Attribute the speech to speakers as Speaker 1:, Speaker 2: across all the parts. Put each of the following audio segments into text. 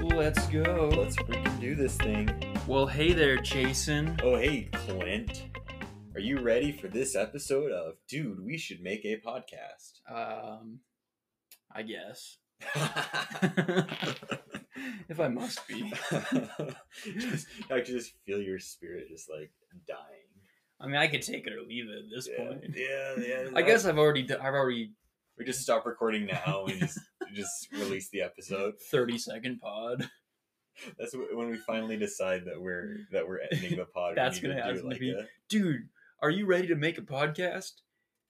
Speaker 1: Let's go.
Speaker 2: Let's freaking do this thing.
Speaker 1: Well, hey there, Jason.
Speaker 2: Oh, hey, Clint. Are you ready for this episode of Dude, We Should Make a Podcast?
Speaker 1: Um, I guess. if I must be.
Speaker 2: just, I can just feel your spirit just like dying.
Speaker 1: I mean, I could take it or leave it at this point.
Speaker 2: Yeah, yeah, yeah.
Speaker 1: I guess I've already, d- I've already
Speaker 2: we just stop recording now and just, just release the episode.
Speaker 1: 30 second pod.
Speaker 2: That's wh- when we finally decide that we're that we're ending the pod. we
Speaker 1: That's
Speaker 2: need to
Speaker 1: gonna
Speaker 2: do,
Speaker 1: have to
Speaker 2: like
Speaker 1: be-
Speaker 2: a-
Speaker 1: Dude, are you ready to make a podcast?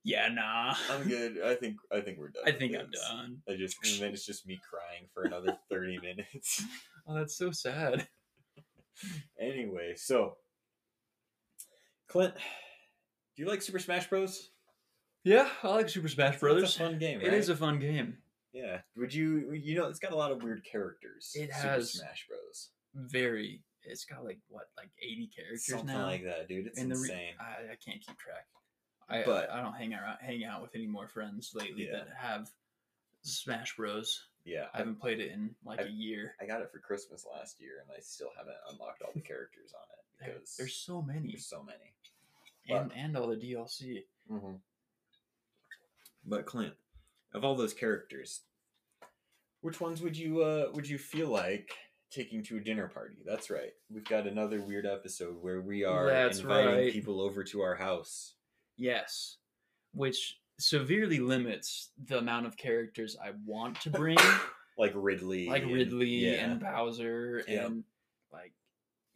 Speaker 1: Yeah, nah.
Speaker 2: I'm good. I think I think we're done.
Speaker 1: I
Speaker 2: with
Speaker 1: think I'm
Speaker 2: this.
Speaker 1: done.
Speaker 2: I just and then it's just me crying for another thirty minutes.
Speaker 1: Oh, that's so sad.
Speaker 2: Anyway, so Clint, do you like Super Smash Bros?
Speaker 1: Yeah, I like Super Smash
Speaker 2: It's
Speaker 1: Brothers.
Speaker 2: a fun game.
Speaker 1: It is a fun game.
Speaker 2: yeah. Would you? You know, it's got a lot of weird characters.
Speaker 1: It has
Speaker 2: Super Smash Bros.
Speaker 1: Very. It's got like what, like eighty characters
Speaker 2: Something
Speaker 1: now.
Speaker 2: like that, dude. It's
Speaker 1: And the re-
Speaker 2: insane.
Speaker 1: I, I can't keep track. I
Speaker 2: But-
Speaker 1: I, I don't hang out hang out with any more friends lately
Speaker 2: Yeah.
Speaker 1: that have Smash Bros.
Speaker 2: yeah,
Speaker 1: I haven't played it in like a
Speaker 2: I've-
Speaker 1: year.
Speaker 2: I got it for Christmas last year, and I still haven't unlocked all the characters on it
Speaker 1: There,
Speaker 2: because
Speaker 1: there's so many,
Speaker 2: there's so many.
Speaker 1: and and all the DLC.
Speaker 2: But Clint, of all those characters, which ones would you uh would you feel like taking to a dinner party? That's right. We've got another weird episode where we are
Speaker 1: That's
Speaker 2: inviting
Speaker 1: right.
Speaker 2: people over to our house.
Speaker 1: Yes, which severely limits the amount of characters I want to bring,
Speaker 2: Like Ridley.
Speaker 1: like
Speaker 2: and-
Speaker 1: Ridley
Speaker 2: yeah.
Speaker 1: and Bowser
Speaker 2: Yeah.
Speaker 1: and like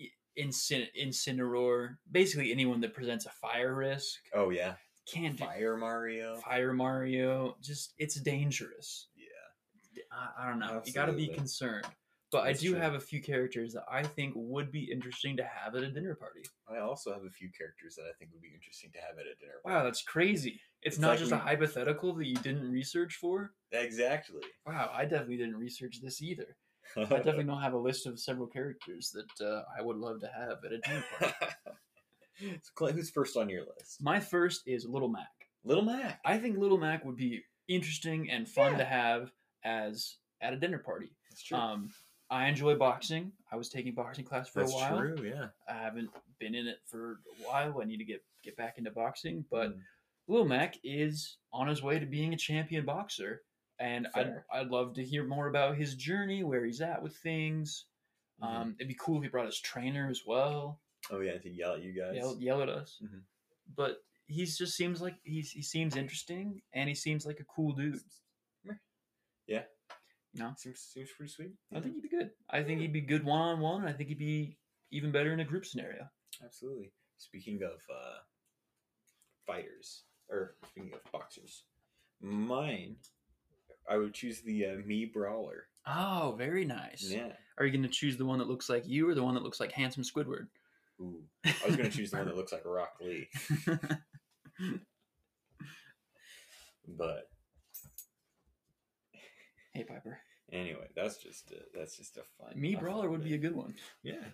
Speaker 1: I- Incin- Incineroar. Basically, anyone that presents a fire risk
Speaker 2: Oh yeah.
Speaker 1: can't do
Speaker 2: Fire Mario.
Speaker 1: Fire Mario. Just it's dangerous.
Speaker 2: Yeah.
Speaker 1: I, I don't know. You got to be
Speaker 2: Absolutely.
Speaker 1: concerned. But
Speaker 2: That's
Speaker 1: I do
Speaker 2: true.
Speaker 1: have a few characters that I think would be interesting to have at a dinner party.
Speaker 2: I also have a few characters that I think would be interesting to have at a dinner
Speaker 1: Wow,
Speaker 2: party.
Speaker 1: that's crazy. It's,
Speaker 2: It's
Speaker 1: not
Speaker 2: like
Speaker 1: just a
Speaker 2: we-
Speaker 1: hypothetical that you didn't research for.
Speaker 2: Exactly.
Speaker 1: Wow, I definitely didn't research this either. I definitely don't have a list of several characters that uh, I would love to have at a dinner party.
Speaker 2: so Clint, who's first on your list?
Speaker 1: My first is Little Mac.
Speaker 2: Little Mac.
Speaker 1: I think Little Mac would be interesting and fun
Speaker 2: Yeah.
Speaker 1: to have as at a dinner party.
Speaker 2: That's true.
Speaker 1: Um, I enjoy boxing. I was taking boxing class for
Speaker 2: That's
Speaker 1: a while.
Speaker 2: true. Yeah.
Speaker 1: I haven't been in it for a while. I need to get get back into boxing, but
Speaker 2: Mm-hmm.
Speaker 1: Lil Mac is on his way to being a champion boxer, and
Speaker 2: Fair.
Speaker 1: I'd I'd love to hear more about his journey, where he's at with things.
Speaker 2: Mhm.
Speaker 1: Um, it'd be cool if he brought his trainer as well,
Speaker 2: Oh yeah, to yell at you guys.
Speaker 1: yell, yell at us.
Speaker 2: Mhm.
Speaker 1: But he just seems like he's, he seems interesting, and he seems like a cool dude.
Speaker 2: Yeah.
Speaker 1: No.
Speaker 2: Seems seems pretty sweet.
Speaker 1: I think he'd be good. I think he'd be good one on one. I think he'd be even better in a group scenario.
Speaker 2: absolutely. Speaking of uh, fighters, or speaking of boxers, mine, I would choose the uh, me brawler.
Speaker 1: Oh, very nice.
Speaker 2: Yeah.
Speaker 1: Are you going to choose the one that looks like you or the one that looks like handsome Squidward?
Speaker 2: Ooh. I was gonna choose the one that looks like Rock Lee, but
Speaker 1: hey, Piper.
Speaker 2: anyway, that's just a, that's just a fun.
Speaker 1: Me Brawler would be a good one.
Speaker 2: yeah.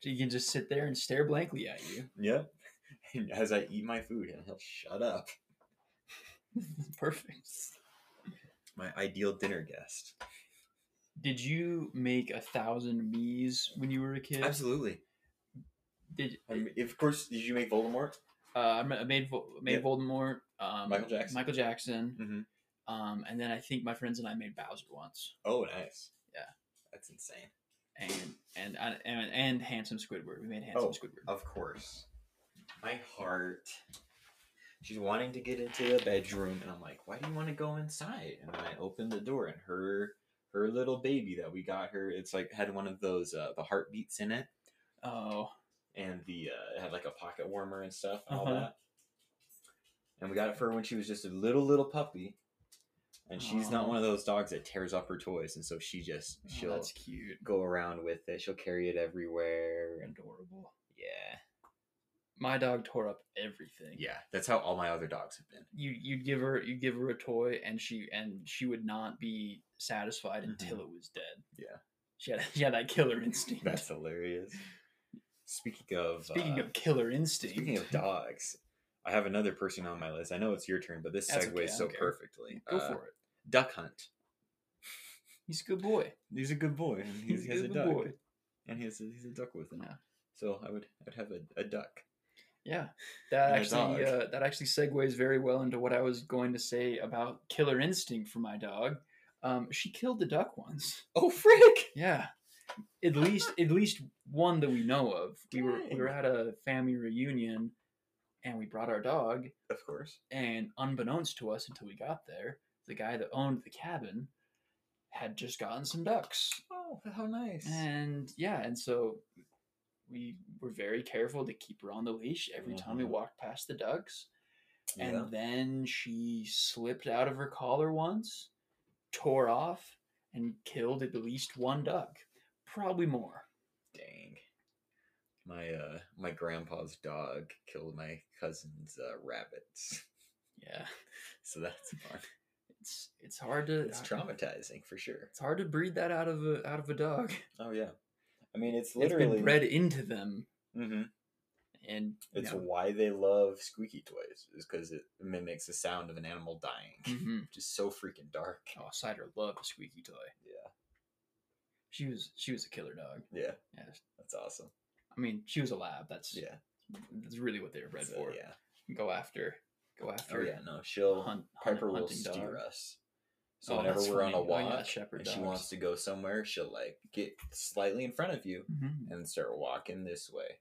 Speaker 1: So you can just sit there and stare blankly at you.
Speaker 2: Yep. And as I eat my food, and he'll shut up.
Speaker 1: Perfect.
Speaker 2: My ideal dinner guest.
Speaker 1: Did you make a thousand me's when you were a kid?
Speaker 2: Absolutely.
Speaker 1: Did
Speaker 2: I mean, of course, did you make Voldemort?
Speaker 1: uh, I ma- I made Vo- made
Speaker 2: Yeah.
Speaker 1: Voldemort, um,
Speaker 2: Michael Jackson.
Speaker 1: Michael Jackson,
Speaker 2: Mm-hmm.
Speaker 1: um, and then I think my friends and I made Bowser once,
Speaker 2: Oh, nice.
Speaker 1: Yeah.
Speaker 2: That's insane.
Speaker 1: and and and and, and handsome Squidward. We made
Speaker 2: Oh,
Speaker 1: handsome Squidward.
Speaker 2: Of course. My heart. She's wanting to get into the bedroom, and I'm like, "Why do you want to go inside?" And then I open the door, and her her little baby that we got her, it's like had one of those uh, the heartbeats in it,
Speaker 1: Oh,
Speaker 2: and the uh, it had like a pocket warmer and stuff and all
Speaker 1: Uh-huh.
Speaker 2: that. And we got it for her when she was just a little little puppy, and she's not
Speaker 1: Aw.
Speaker 2: one of those dogs that tears up her toys, and so she just
Speaker 1: oh,
Speaker 2: she'll
Speaker 1: that's cute.
Speaker 2: go around with it. She'll carry it everywhere, and
Speaker 1: Adorable.
Speaker 2: yeah,
Speaker 1: My dog tore up everything.
Speaker 2: yeah. That's how all my other dogs have been.
Speaker 1: you you'd give her you give her a toy and she and she would not be satisfied
Speaker 2: Mhm.
Speaker 1: until it was dead.
Speaker 2: Yeah.
Speaker 1: She had she had that killer instinct.
Speaker 2: That's hilarious. Speaking of
Speaker 1: speaking
Speaker 2: uh,
Speaker 1: of killer instinct.
Speaker 2: speaking of dogs, I have another person on my list. I know it's your turn, but this
Speaker 1: That's
Speaker 2: segues
Speaker 1: okay, I
Speaker 2: so
Speaker 1: don't care.
Speaker 2: perfectly.
Speaker 1: go
Speaker 2: Uh,
Speaker 1: for it.
Speaker 2: Duck Hunt.
Speaker 1: He's a good boy.
Speaker 2: He's a good boy, and he's, he has a
Speaker 1: good
Speaker 2: duck, and he has a, he's a duck with him.
Speaker 1: Yeah.
Speaker 2: So I would I'd have a, a duck.
Speaker 1: Yeah, that
Speaker 2: And a dog.
Speaker 1: actually uh, that actually segues very well into what I was going to say about killer instinct for my dog. Um, she killed the duck once.
Speaker 2: Oh frick!
Speaker 1: Yeah, at least at least one that we know of. We were we were
Speaker 2: Dang.
Speaker 1: at a family reunion, and we brought our dog.
Speaker 2: Of course.
Speaker 1: And unbeknownst to us, until we got there, the guy that owned the cabin had just gotten some ducks.
Speaker 2: Oh, how nice.
Speaker 1: And yeah, and so we were very careful to keep her on the leash every time we
Speaker 2: Mhm.
Speaker 1: walked past the ducks. And
Speaker 2: Yeah.
Speaker 1: then she slipped out of her collar once, tore off, and killed at least one duck, probably more.
Speaker 2: Dang. My uh my grandpa's dog killed my cousin's uh, rabbits.
Speaker 1: Yeah,
Speaker 2: So that's fun.
Speaker 1: it's it's hard to
Speaker 2: It's traumatizing for sure.
Speaker 1: It's hard to breed that out of a out of a dog.
Speaker 2: Oh yeah. I mean it's
Speaker 1: It's
Speaker 2: literally
Speaker 1: been bred into them,
Speaker 2: hmm
Speaker 1: and you
Speaker 2: It's
Speaker 1: know,
Speaker 2: why they love squeaky toys is cuz it mimics the sound of an animal dying.
Speaker 1: mhm.
Speaker 2: Just so freaking dark.
Speaker 1: oh, cider loved a squeaky toy.
Speaker 2: Yeah.
Speaker 1: She was she was a killer dog.
Speaker 2: Yeah.
Speaker 1: Yeah,
Speaker 2: That's awesome.
Speaker 1: I mean, she was a lab. That's
Speaker 2: Yeah.
Speaker 1: that's really what they were bred
Speaker 2: so,
Speaker 1: for.
Speaker 2: Yeah.
Speaker 1: Go after, go after.
Speaker 2: Oh yeah, no. She'll
Speaker 1: Hunt,
Speaker 2: Piper will
Speaker 1: hunting
Speaker 2: steer
Speaker 1: dog.
Speaker 2: us. So
Speaker 1: Oh,
Speaker 2: whenever
Speaker 1: that's
Speaker 2: we're on a
Speaker 1: funny. Oh,
Speaker 2: walk
Speaker 1: yeah, shepherd
Speaker 2: and she
Speaker 1: dogs.
Speaker 2: wants to go somewhere, she'll like get slightly in front of you
Speaker 1: Mhm.
Speaker 2: and start walking this way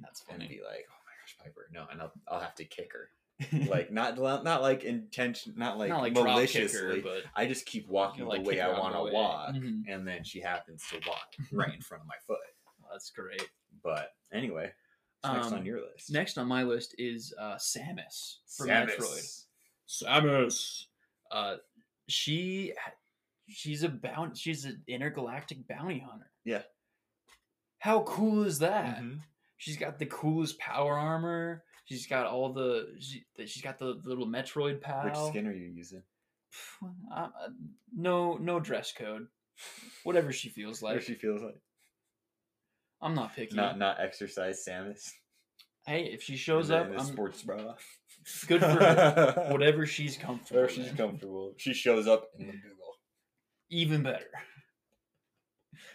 Speaker 1: That's
Speaker 2: and
Speaker 1: funny.
Speaker 2: be like, "Oh my gosh, Piper!" No, and I'll, I'll have to kick her. Like not not like intention, not like,
Speaker 1: Not like drop kicker,
Speaker 2: maliciously.
Speaker 1: but
Speaker 2: I just keep
Speaker 1: you
Speaker 2: walking
Speaker 1: like
Speaker 2: the way
Speaker 1: kick her
Speaker 2: I
Speaker 1: out of
Speaker 2: want
Speaker 1: the way.
Speaker 2: to walk,
Speaker 1: Mhm.
Speaker 2: and then she happens to walk right in front of my foot.
Speaker 1: Well, that's great.
Speaker 2: But anyway, what's next
Speaker 1: Um,
Speaker 2: on your list.
Speaker 1: Next on my list is uh, Samus from Metroid.
Speaker 2: Samus.
Speaker 1: Samus. Uh, she she's a bounty. She's an intergalactic bounty hunter.
Speaker 2: Yeah.
Speaker 1: How cool is that?
Speaker 2: Mhm.
Speaker 1: She's got the coolest power armor. She's got all the she, she's got the little Metroid pal.
Speaker 2: Which skin are you using?
Speaker 1: Pff, I- I- no no dress code whatever she feels
Speaker 2: What
Speaker 1: like
Speaker 2: she feels like?
Speaker 1: i'm not picky
Speaker 2: Not not exercise Samus.
Speaker 1: hey if she shows
Speaker 2: in a-
Speaker 1: up
Speaker 2: in a
Speaker 1: i'm
Speaker 2: sports bra.
Speaker 1: good for her whatever she's comfortable
Speaker 2: Where she's
Speaker 1: in.
Speaker 2: comfortable. She shows up in the Google.
Speaker 1: even better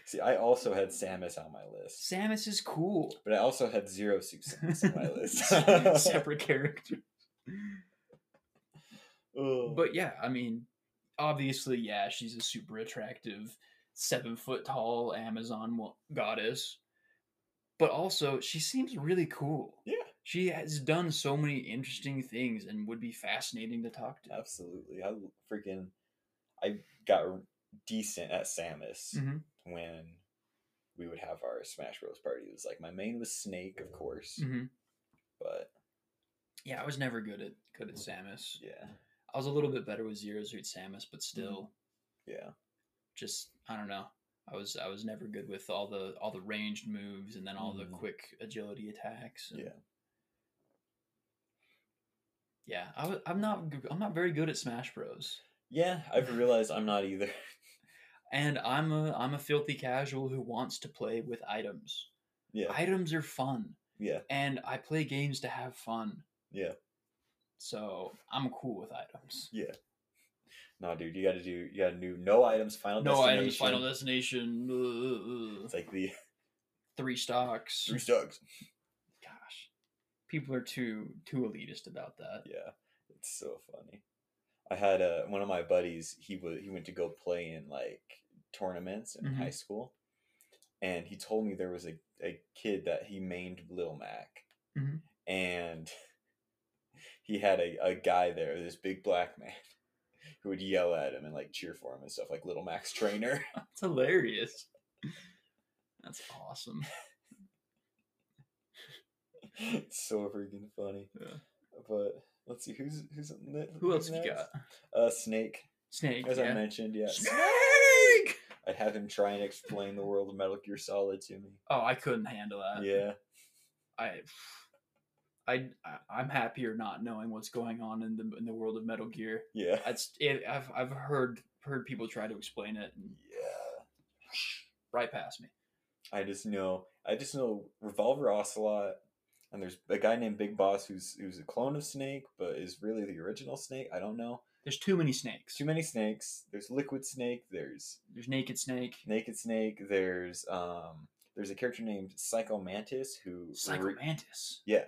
Speaker 2: See, I also had Samus on my list,
Speaker 1: samus is cool
Speaker 2: but I also had zero success on my list.
Speaker 1: separate character
Speaker 2: Ugh.
Speaker 1: but yeah i mean obviously yeah she's a super attractive seven foot tall amazon wo- goddess but also she seems really cool
Speaker 2: yeah,
Speaker 1: she has done so many interesting things and would be fascinating to talk to
Speaker 2: absolutely. I freaking I got decent at Samus
Speaker 1: Mhm.
Speaker 2: when we would have our Smash Bros party. It was like my main was Snake, of course,
Speaker 1: hmm
Speaker 2: but
Speaker 1: Yeah, I was never good at good at Samus.
Speaker 2: yeah,
Speaker 1: I was a little bit better with Zero Suit Samus, but still,
Speaker 2: yeah,
Speaker 1: just I don't know. I was I was never good with all the all the ranged moves and then all the
Speaker 2: Mhm.
Speaker 1: quick agility attacks. and-
Speaker 2: Yeah.
Speaker 1: yeah. I was, I'm not g- I'm not very good at Smash Bros.
Speaker 2: yeah. I've realized I'm not either.
Speaker 1: And I'm a I'm a filthy casual who wants to play with items.
Speaker 2: yeah,
Speaker 1: Items are fun,
Speaker 2: yeah,
Speaker 1: and I play games to have fun.
Speaker 2: yeah.
Speaker 1: So I'm cool with items.
Speaker 2: No, dude, you got to do. You got to do no items. Final
Speaker 1: No items. Final
Speaker 2: Destination.
Speaker 1: destination. ugh,
Speaker 2: It's like the
Speaker 1: three stocks.
Speaker 2: three stocks.
Speaker 1: Gosh, people are too too elitist about that.
Speaker 2: Yeah, it's so funny. I had uh, one of my buddies. He was he went to go play in like tournaments in
Speaker 1: Mhm.
Speaker 2: high school, and he told me there was a, a kid that he named Lil Mac,
Speaker 1: Mhm.
Speaker 2: and he had a, a guy there, this big black man, who would yell at him and like cheer for him and stuff, like Little Mac's trainer.
Speaker 1: That's hilarious. That's awesome.
Speaker 2: it's so freaking funny.
Speaker 1: Yeah.
Speaker 2: But let's see who's who's on the-
Speaker 1: Who else
Speaker 2: who's
Speaker 1: have you got?
Speaker 2: next? Uh, Snake,
Speaker 1: Snake.
Speaker 2: as I
Speaker 1: yeah.
Speaker 2: mentioned, yeah.
Speaker 1: Snake.
Speaker 2: I'd have him try and explain the world of Metal Gear Solid to me.
Speaker 1: Oh, I couldn't handle that.
Speaker 2: yeah,
Speaker 1: I. I, I- I'm happier not knowing what's going on in the in the world of Metal Gear.
Speaker 2: yeah,
Speaker 1: It's, it, I've I've heard heard people try to explain it and
Speaker 2: yeah.
Speaker 1: right past me.
Speaker 2: I just know, I just know Revolver Ocelot, and there's a guy named Big Boss who's who's a clone of Snake, but is really the original Snake. I don't know,
Speaker 1: There's too many snakes.
Speaker 2: Too many snakes. There's liquid snake. There's
Speaker 1: There's naked snake.
Speaker 2: naked snake. There's um. There's a character named Psycho Mantis who re-
Speaker 1: Psychomantis.
Speaker 2: yeah,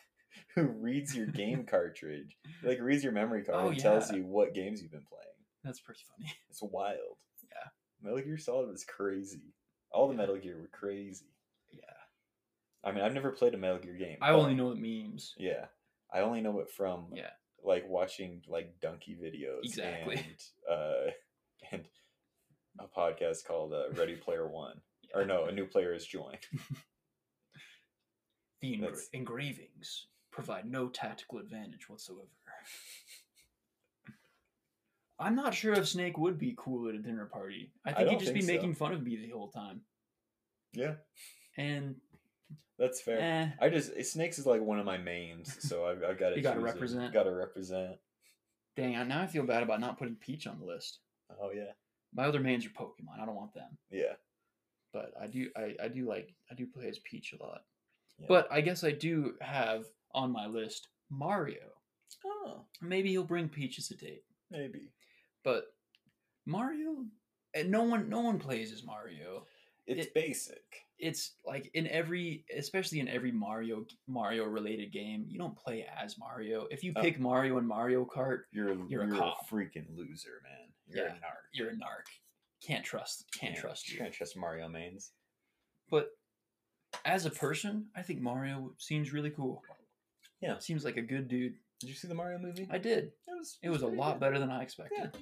Speaker 2: who reads your game cartridge, like reads your memory card
Speaker 1: Oh,
Speaker 2: and tells you what games you've been playing.
Speaker 1: That's pretty funny.
Speaker 2: It's wild.
Speaker 1: Yeah.
Speaker 2: Metal Gear Solid was crazy. All the
Speaker 1: Yeah.
Speaker 2: Metal Gear were crazy.
Speaker 1: Yeah.
Speaker 2: I mean, I've never played a Metal Gear game.
Speaker 1: I
Speaker 2: but-
Speaker 1: only know the memes.
Speaker 2: Yeah, I only know it from
Speaker 1: Yeah.
Speaker 2: like watching like donkey videos.
Speaker 1: Exactly.
Speaker 2: And, uh, and a podcast called uh, Ready Player One, or no, a new player is joined.
Speaker 1: The engra-
Speaker 2: That's-
Speaker 1: engravings provide no tactical advantage whatsoever. I'm not sure if Snake would be cool at a dinner party. I think
Speaker 2: don't
Speaker 1: he'd just be
Speaker 2: think so.
Speaker 1: making fun of me the whole time.
Speaker 2: Yeah,
Speaker 1: And
Speaker 2: that's fair.
Speaker 1: eh,
Speaker 2: I just Snakes is like one of my mains, so I've, I've got to.
Speaker 1: You gotta represent.
Speaker 2: Got to represent.
Speaker 1: dang, I- now I feel bad about not putting Peach on the list.
Speaker 2: Oh yeah,
Speaker 1: My other mains are Pokemon. I don't want them,
Speaker 2: yeah.
Speaker 1: but I do. I, I do like. I do play as Peach a lot.
Speaker 2: yeah.
Speaker 1: But I guess I do have on my list Mario.
Speaker 2: oh,
Speaker 1: Maybe he'll bring Peach as a date.
Speaker 2: maybe
Speaker 1: But Mario, and no one, no one plays as Mario.
Speaker 2: it's
Speaker 1: It-
Speaker 2: basic.
Speaker 1: it's like in every especially in every mario mario related game you don't play as mario if you
Speaker 2: Oh.
Speaker 1: pick mario and mario kart
Speaker 2: You're a,
Speaker 1: You're
Speaker 2: you're,
Speaker 1: a
Speaker 2: a,
Speaker 1: cop.
Speaker 2: freaking loser, man. You're
Speaker 1: Yeah.
Speaker 2: a narc.
Speaker 1: you're a narc can't trust can't
Speaker 2: Yeah,
Speaker 1: trust you
Speaker 2: Can't trust Mario mains.
Speaker 1: but as a person i think mario seems really cool
Speaker 2: Yeah.
Speaker 1: seems like a good dude
Speaker 2: Did you see the Mario movie?
Speaker 1: i did
Speaker 2: was
Speaker 1: it was a
Speaker 2: pretty
Speaker 1: lot
Speaker 2: good.
Speaker 1: better than i expected
Speaker 2: Yeah.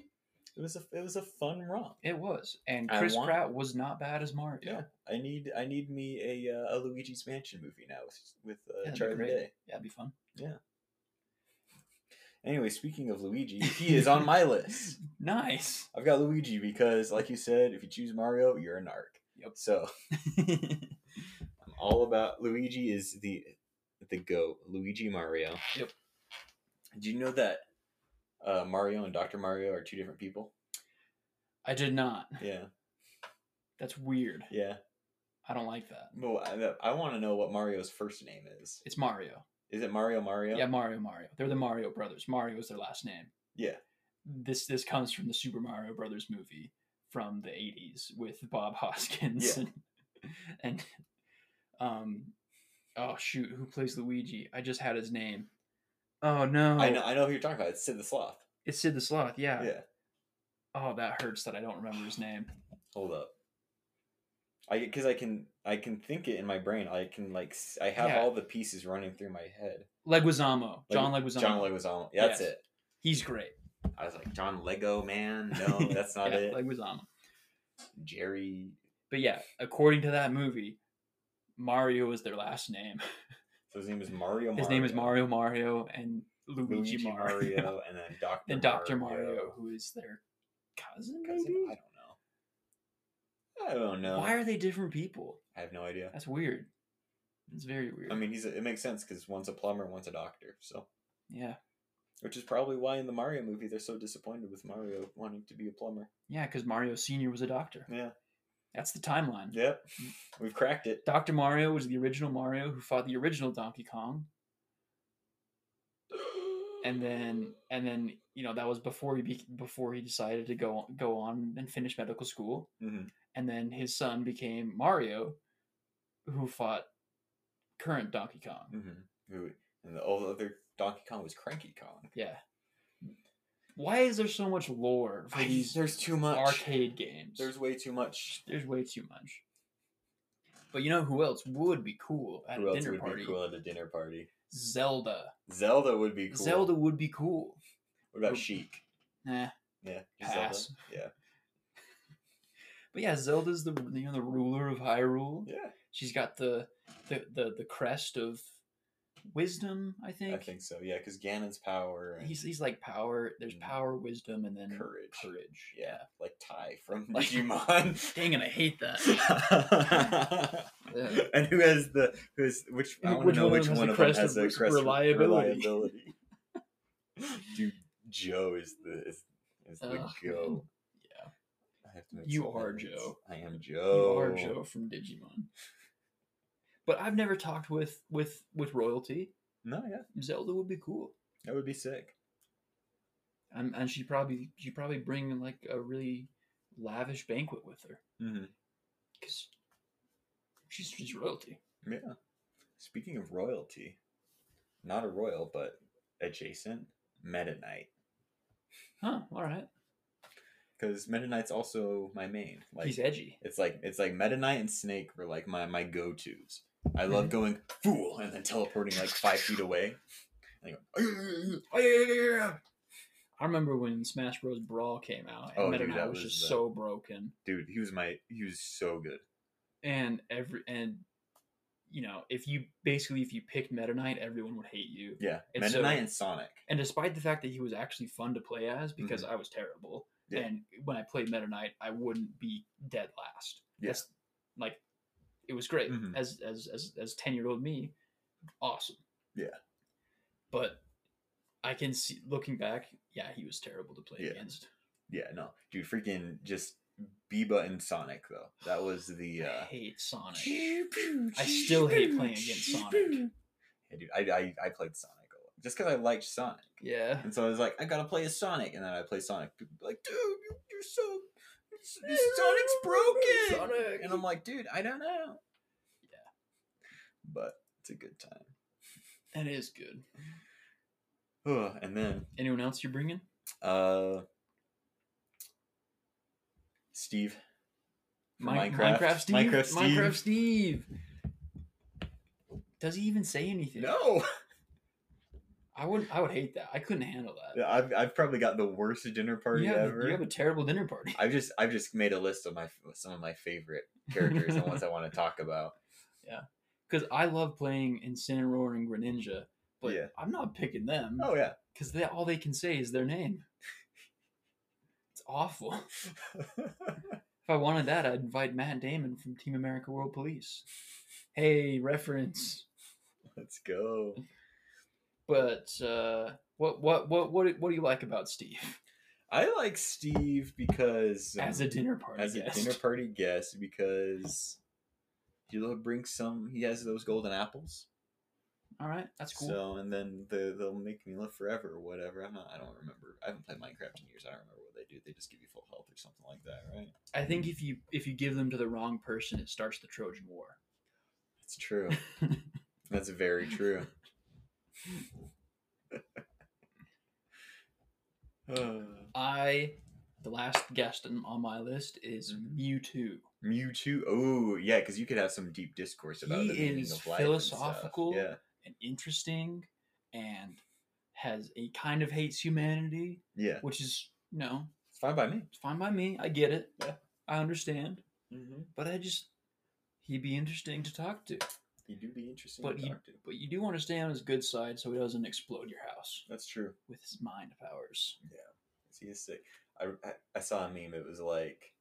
Speaker 2: It was a it was a fun romp.
Speaker 1: it was and
Speaker 2: I
Speaker 1: chris
Speaker 2: want-
Speaker 1: pratt was not bad as mario
Speaker 2: Yeah. I need I need me a uh, a Luigi's Mansion movie now with, with uh,
Speaker 1: that'd be
Speaker 2: Charlie
Speaker 1: great.
Speaker 2: Day.
Speaker 1: that'd be fun
Speaker 2: Anyway, speaking of Luigi, he is on my list.
Speaker 1: nice
Speaker 2: I've got Luigi because, like you said, if you choose Mario, you're a narc.
Speaker 1: Yep.
Speaker 2: So I'm all about Luigi is the the goat. Luigi Mario.
Speaker 1: Yep.
Speaker 2: Do you know that uh, Mario and Doctor Mario are two different people?
Speaker 1: i did not
Speaker 2: Yeah.
Speaker 1: that's weird
Speaker 2: Yeah.
Speaker 1: i don't like that
Speaker 2: Well, I, I want to know what Mario's first name is.
Speaker 1: it's mario
Speaker 2: Is it Mario Mario?
Speaker 1: Yeah, Mario Mario. They're the Mario brothers. Mario is their last name.
Speaker 2: Yeah.
Speaker 1: This this comes from the Super Mario Brothers movie from the 80s with Bob Hoskins
Speaker 2: Yeah.
Speaker 1: and, and um oh shoot, who plays Luigi? I just had his name. Oh no.
Speaker 2: I know, I know who you're talking about. It's Sid the Sloth.
Speaker 1: It's Sid the Sloth, yeah.
Speaker 2: Yeah.
Speaker 1: Oh, that hurts that I don't remember his name.
Speaker 2: Hold up. I because I can I can think it in my brain. I can like s- I have
Speaker 1: Yeah.
Speaker 2: all the pieces running through my head.
Speaker 1: Leguizamo.
Speaker 2: Like,
Speaker 1: John Leguizamo.
Speaker 2: John Leguizamo. Yeah, that's
Speaker 1: Yes.
Speaker 2: it.
Speaker 1: He's great.
Speaker 2: I was like John Lego man. No, that's not
Speaker 1: yeah,
Speaker 2: it.
Speaker 1: Leguizamo.
Speaker 2: Jerry.
Speaker 1: But yeah, according to that movie, Mario is their last name.
Speaker 2: So his name is Mario. Mario
Speaker 1: His name is Mario Mario and Luigi,
Speaker 2: Luigi
Speaker 1: Mario,
Speaker 2: Mario, and then Doctor
Speaker 1: and Doctor Mario, who is their cousin,
Speaker 2: Cousin? I
Speaker 1: maybe.
Speaker 2: don't know. I don't know.
Speaker 1: Why are they different people?
Speaker 2: I have no idea.
Speaker 1: That's weird. It's very weird.
Speaker 2: I mean, he's a, it makes sense because one's a plumber, one's a doctor. So,
Speaker 1: yeah,
Speaker 2: which is probably why in the Mario movie they're so disappointed with Mario wanting to be a plumber.
Speaker 1: yeah, because Mario Senior was a doctor.
Speaker 2: Yeah.
Speaker 1: That's the timeline.
Speaker 2: Yep. We've cracked it.
Speaker 1: Doctor Mario was the original Mario who fought the original Donkey Kong, and then and then you know that was before he be- before he decided to go on, go on and finish medical school.
Speaker 2: Mhm.
Speaker 1: and then his son became Mario, who fought current Donkey Kong.
Speaker 2: Mhm. Who- And the old other Donkey Kong was Cranky Kong.
Speaker 1: Yeah. Why is there so much lore for
Speaker 2: I-
Speaker 1: these
Speaker 2: there's too much.
Speaker 1: arcade games?
Speaker 2: There's way too much.
Speaker 1: There's way too much. But you know who else would be cool at
Speaker 2: Who
Speaker 1: a
Speaker 2: else
Speaker 1: dinner
Speaker 2: would
Speaker 1: party?
Speaker 2: be cool at a dinner party?
Speaker 1: Zelda.
Speaker 2: Zelda would be cool.
Speaker 1: Zelda would be cool.
Speaker 2: What about
Speaker 1: would-
Speaker 2: Sheik?
Speaker 1: Nah.
Speaker 2: Yeah.
Speaker 1: Pass.
Speaker 2: Zelda? Yeah.
Speaker 1: But yeah, Zelda's the you know the ruler of Hyrule.
Speaker 2: Yeah.
Speaker 1: She's got the the the, the crest of wisdom, I think.
Speaker 2: I think so. Yeah, because Ganon's power and
Speaker 1: He's he's like power. There's
Speaker 2: Mm.
Speaker 1: power, wisdom, and then
Speaker 2: Courage.
Speaker 1: Courage.
Speaker 2: yeah, like Ty from
Speaker 1: Like-
Speaker 2: Digimon.
Speaker 1: Dang it, I hate that. Yeah.
Speaker 2: and who has the who has which? I
Speaker 1: Who-
Speaker 2: want
Speaker 1: which
Speaker 2: to know
Speaker 1: one of
Speaker 2: which
Speaker 1: them has
Speaker 2: one
Speaker 1: the
Speaker 2: of them
Speaker 1: crest
Speaker 2: has
Speaker 1: of
Speaker 2: a
Speaker 1: res-
Speaker 2: crest of
Speaker 1: reliability?
Speaker 2: reliability. Dude, Joe is the is, is the
Speaker 1: Ugh,
Speaker 2: go.
Speaker 1: man. Yeah.
Speaker 2: I have to make
Speaker 1: You
Speaker 2: some
Speaker 1: are
Speaker 2: edits.
Speaker 1: Joe.
Speaker 2: I am
Speaker 1: You
Speaker 2: Joe.
Speaker 1: are Joe from Digimon. But I've never talked with with with royalty.
Speaker 2: No, yeah,
Speaker 1: Zelda would be cool.
Speaker 2: that would be sick.
Speaker 1: and, and she probably she probably bring like a really lavish banquet with her
Speaker 2: Mm-hmm.
Speaker 1: because she's she's royalty.
Speaker 2: Yeah. Speaking of royalty, not a royal, but adjacent, Meta Knight.
Speaker 1: Huh. All right.
Speaker 2: Because Meta Knight's also my main. Like
Speaker 1: He's edgy.
Speaker 2: it's like it's like Meta Knight and Snake were like my my go tos. I
Speaker 1: Mm-hmm.
Speaker 2: love going fool and then teleporting like five feet away. And I go, "Ah, yeah, yeah, yeah, yeah."
Speaker 1: I remember when Smash Bros. Brawl came out, and
Speaker 2: Oh,
Speaker 1: Meta
Speaker 2: dude,
Speaker 1: Knight
Speaker 2: that
Speaker 1: was,
Speaker 2: was
Speaker 1: just
Speaker 2: the-
Speaker 1: so broken,
Speaker 2: dude, he was my he was so good.
Speaker 1: and every and you know if you basically if you picked Meta Knight, everyone would hate you.
Speaker 2: Yeah,
Speaker 1: And
Speaker 2: Meta
Speaker 1: so-
Speaker 2: Knight and Sonic.
Speaker 1: And despite the fact that he was actually fun to play as, because I was terrible,
Speaker 2: Mm-hmm. Yeah.
Speaker 1: and when I played Meta Knight, I wouldn't be dead last.
Speaker 2: Yeah.
Speaker 1: That's like it was great
Speaker 2: Mhm.
Speaker 1: as as as as ten year old me, awesome.
Speaker 2: Yeah.
Speaker 1: But I can see looking back, yeah, he was terrible to play
Speaker 2: Yeah.
Speaker 1: against.
Speaker 2: Yeah, no, dude, freaking just Biba and Sonic though. That was the.
Speaker 1: I
Speaker 2: uh
Speaker 1: hate Sonic. I still hate playing against Sonic.
Speaker 2: Yeah, dude, I, I I played Sonic a lot just because I liked Sonic,
Speaker 1: Yeah.
Speaker 2: and so I was like, I gotta play as Sonic, and then I play Sonic. People be like, dude, you, you're so you're- Sonic's broken,
Speaker 1: Sonic.
Speaker 2: and I'm like, dude, I don't know. Yeah, but it's a good time.
Speaker 1: That is good.
Speaker 2: Ugh, and then
Speaker 1: Anyone else you're bringing?
Speaker 2: uh, Steve,
Speaker 1: Min-
Speaker 2: Minecraft-
Speaker 1: Minecraft Steve.
Speaker 2: Minecraft Steve.
Speaker 1: Minecraft Steve. Does he even say anything?
Speaker 2: no.
Speaker 1: I would. I would hate that. I couldn't handle that.
Speaker 2: Yeah, I've, I've probably got the worst dinner party
Speaker 1: you, have,
Speaker 2: ever.
Speaker 1: you have a terrible dinner party.
Speaker 2: I've just I've just made a list of my some of my favorite characters and ones I want to talk about.
Speaker 1: Because I love playing Incineroar and Greninja, but
Speaker 2: Yeah.
Speaker 1: I'm not picking them
Speaker 2: Oh yeah,
Speaker 1: because they all they can say is their name. It's awful. If I wanted that, I'd invite Matt Damon from Team America World Police. Hey, reference.
Speaker 2: let's go.
Speaker 1: But uh, what what what what what do you like about Steve
Speaker 2: I like Steve because um,
Speaker 1: as a dinner party
Speaker 2: as a
Speaker 1: guest?
Speaker 2: dinner party guest because he'll bring some. He has those golden apples.
Speaker 1: all right, that's cool.
Speaker 2: So and then the, they'll make me live forever or whatever. I'm not. I don't remember. I haven't played Minecraft in years. I don't remember what they do. They just give you full health or something like that, right?
Speaker 1: I
Speaker 2: mm.
Speaker 1: think if you if you give them to the wrong person, it starts the Trojan War.
Speaker 2: That's true. That's very true. uh,
Speaker 1: I, the last guest on- on my list is
Speaker 2: Mm-hmm.
Speaker 1: Mewtwo.
Speaker 2: Mewtwo. Oh, yeah, because you could have some deep discourse about
Speaker 1: He
Speaker 2: the meaning
Speaker 1: is
Speaker 2: of life. and stuff.
Speaker 1: philosophical.
Speaker 2: Yeah,
Speaker 1: And interesting, and has a kind of hates humanity,
Speaker 2: yeah.
Speaker 1: which is you know
Speaker 2: It's fine by me.
Speaker 1: it's fine by me. I get it.
Speaker 2: Yeah.
Speaker 1: I understand.
Speaker 2: Mm-hmm.
Speaker 1: But I just he'd be interesting to talk to.
Speaker 2: You do be interesting
Speaker 1: But
Speaker 2: to
Speaker 1: you-
Speaker 2: talk to.
Speaker 1: But you do want to stay on his good side so he doesn't explode your house
Speaker 2: That's true.
Speaker 1: with his mind powers.
Speaker 2: He is sick. I, I, I saw a meme. It was like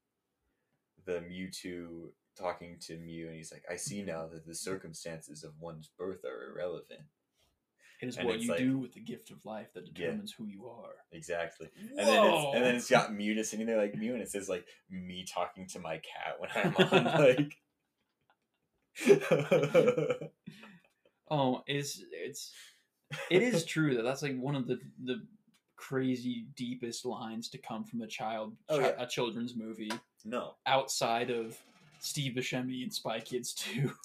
Speaker 2: the Mewtwo talking to Mew, and he's like, "I see now that the circumstances of one's birth are irrelevant."
Speaker 1: It is
Speaker 2: And
Speaker 1: what
Speaker 2: it's
Speaker 1: you
Speaker 2: like-
Speaker 1: do with the gift of life that determines who you are.
Speaker 2: Exactly. And then, it's, and then
Speaker 1: Whoa!
Speaker 2: it's got Mew just sitting there like Mew, and it says like me talking to my cat when I'm on like.
Speaker 1: Oh, it's it's it is true that that's like one of the the crazy deepest lines to come from a child
Speaker 2: Oh,
Speaker 1: chi-
Speaker 2: yeah.
Speaker 1: a children's movie
Speaker 2: no.
Speaker 1: outside of Steve Buscemi and Spy Kids 2.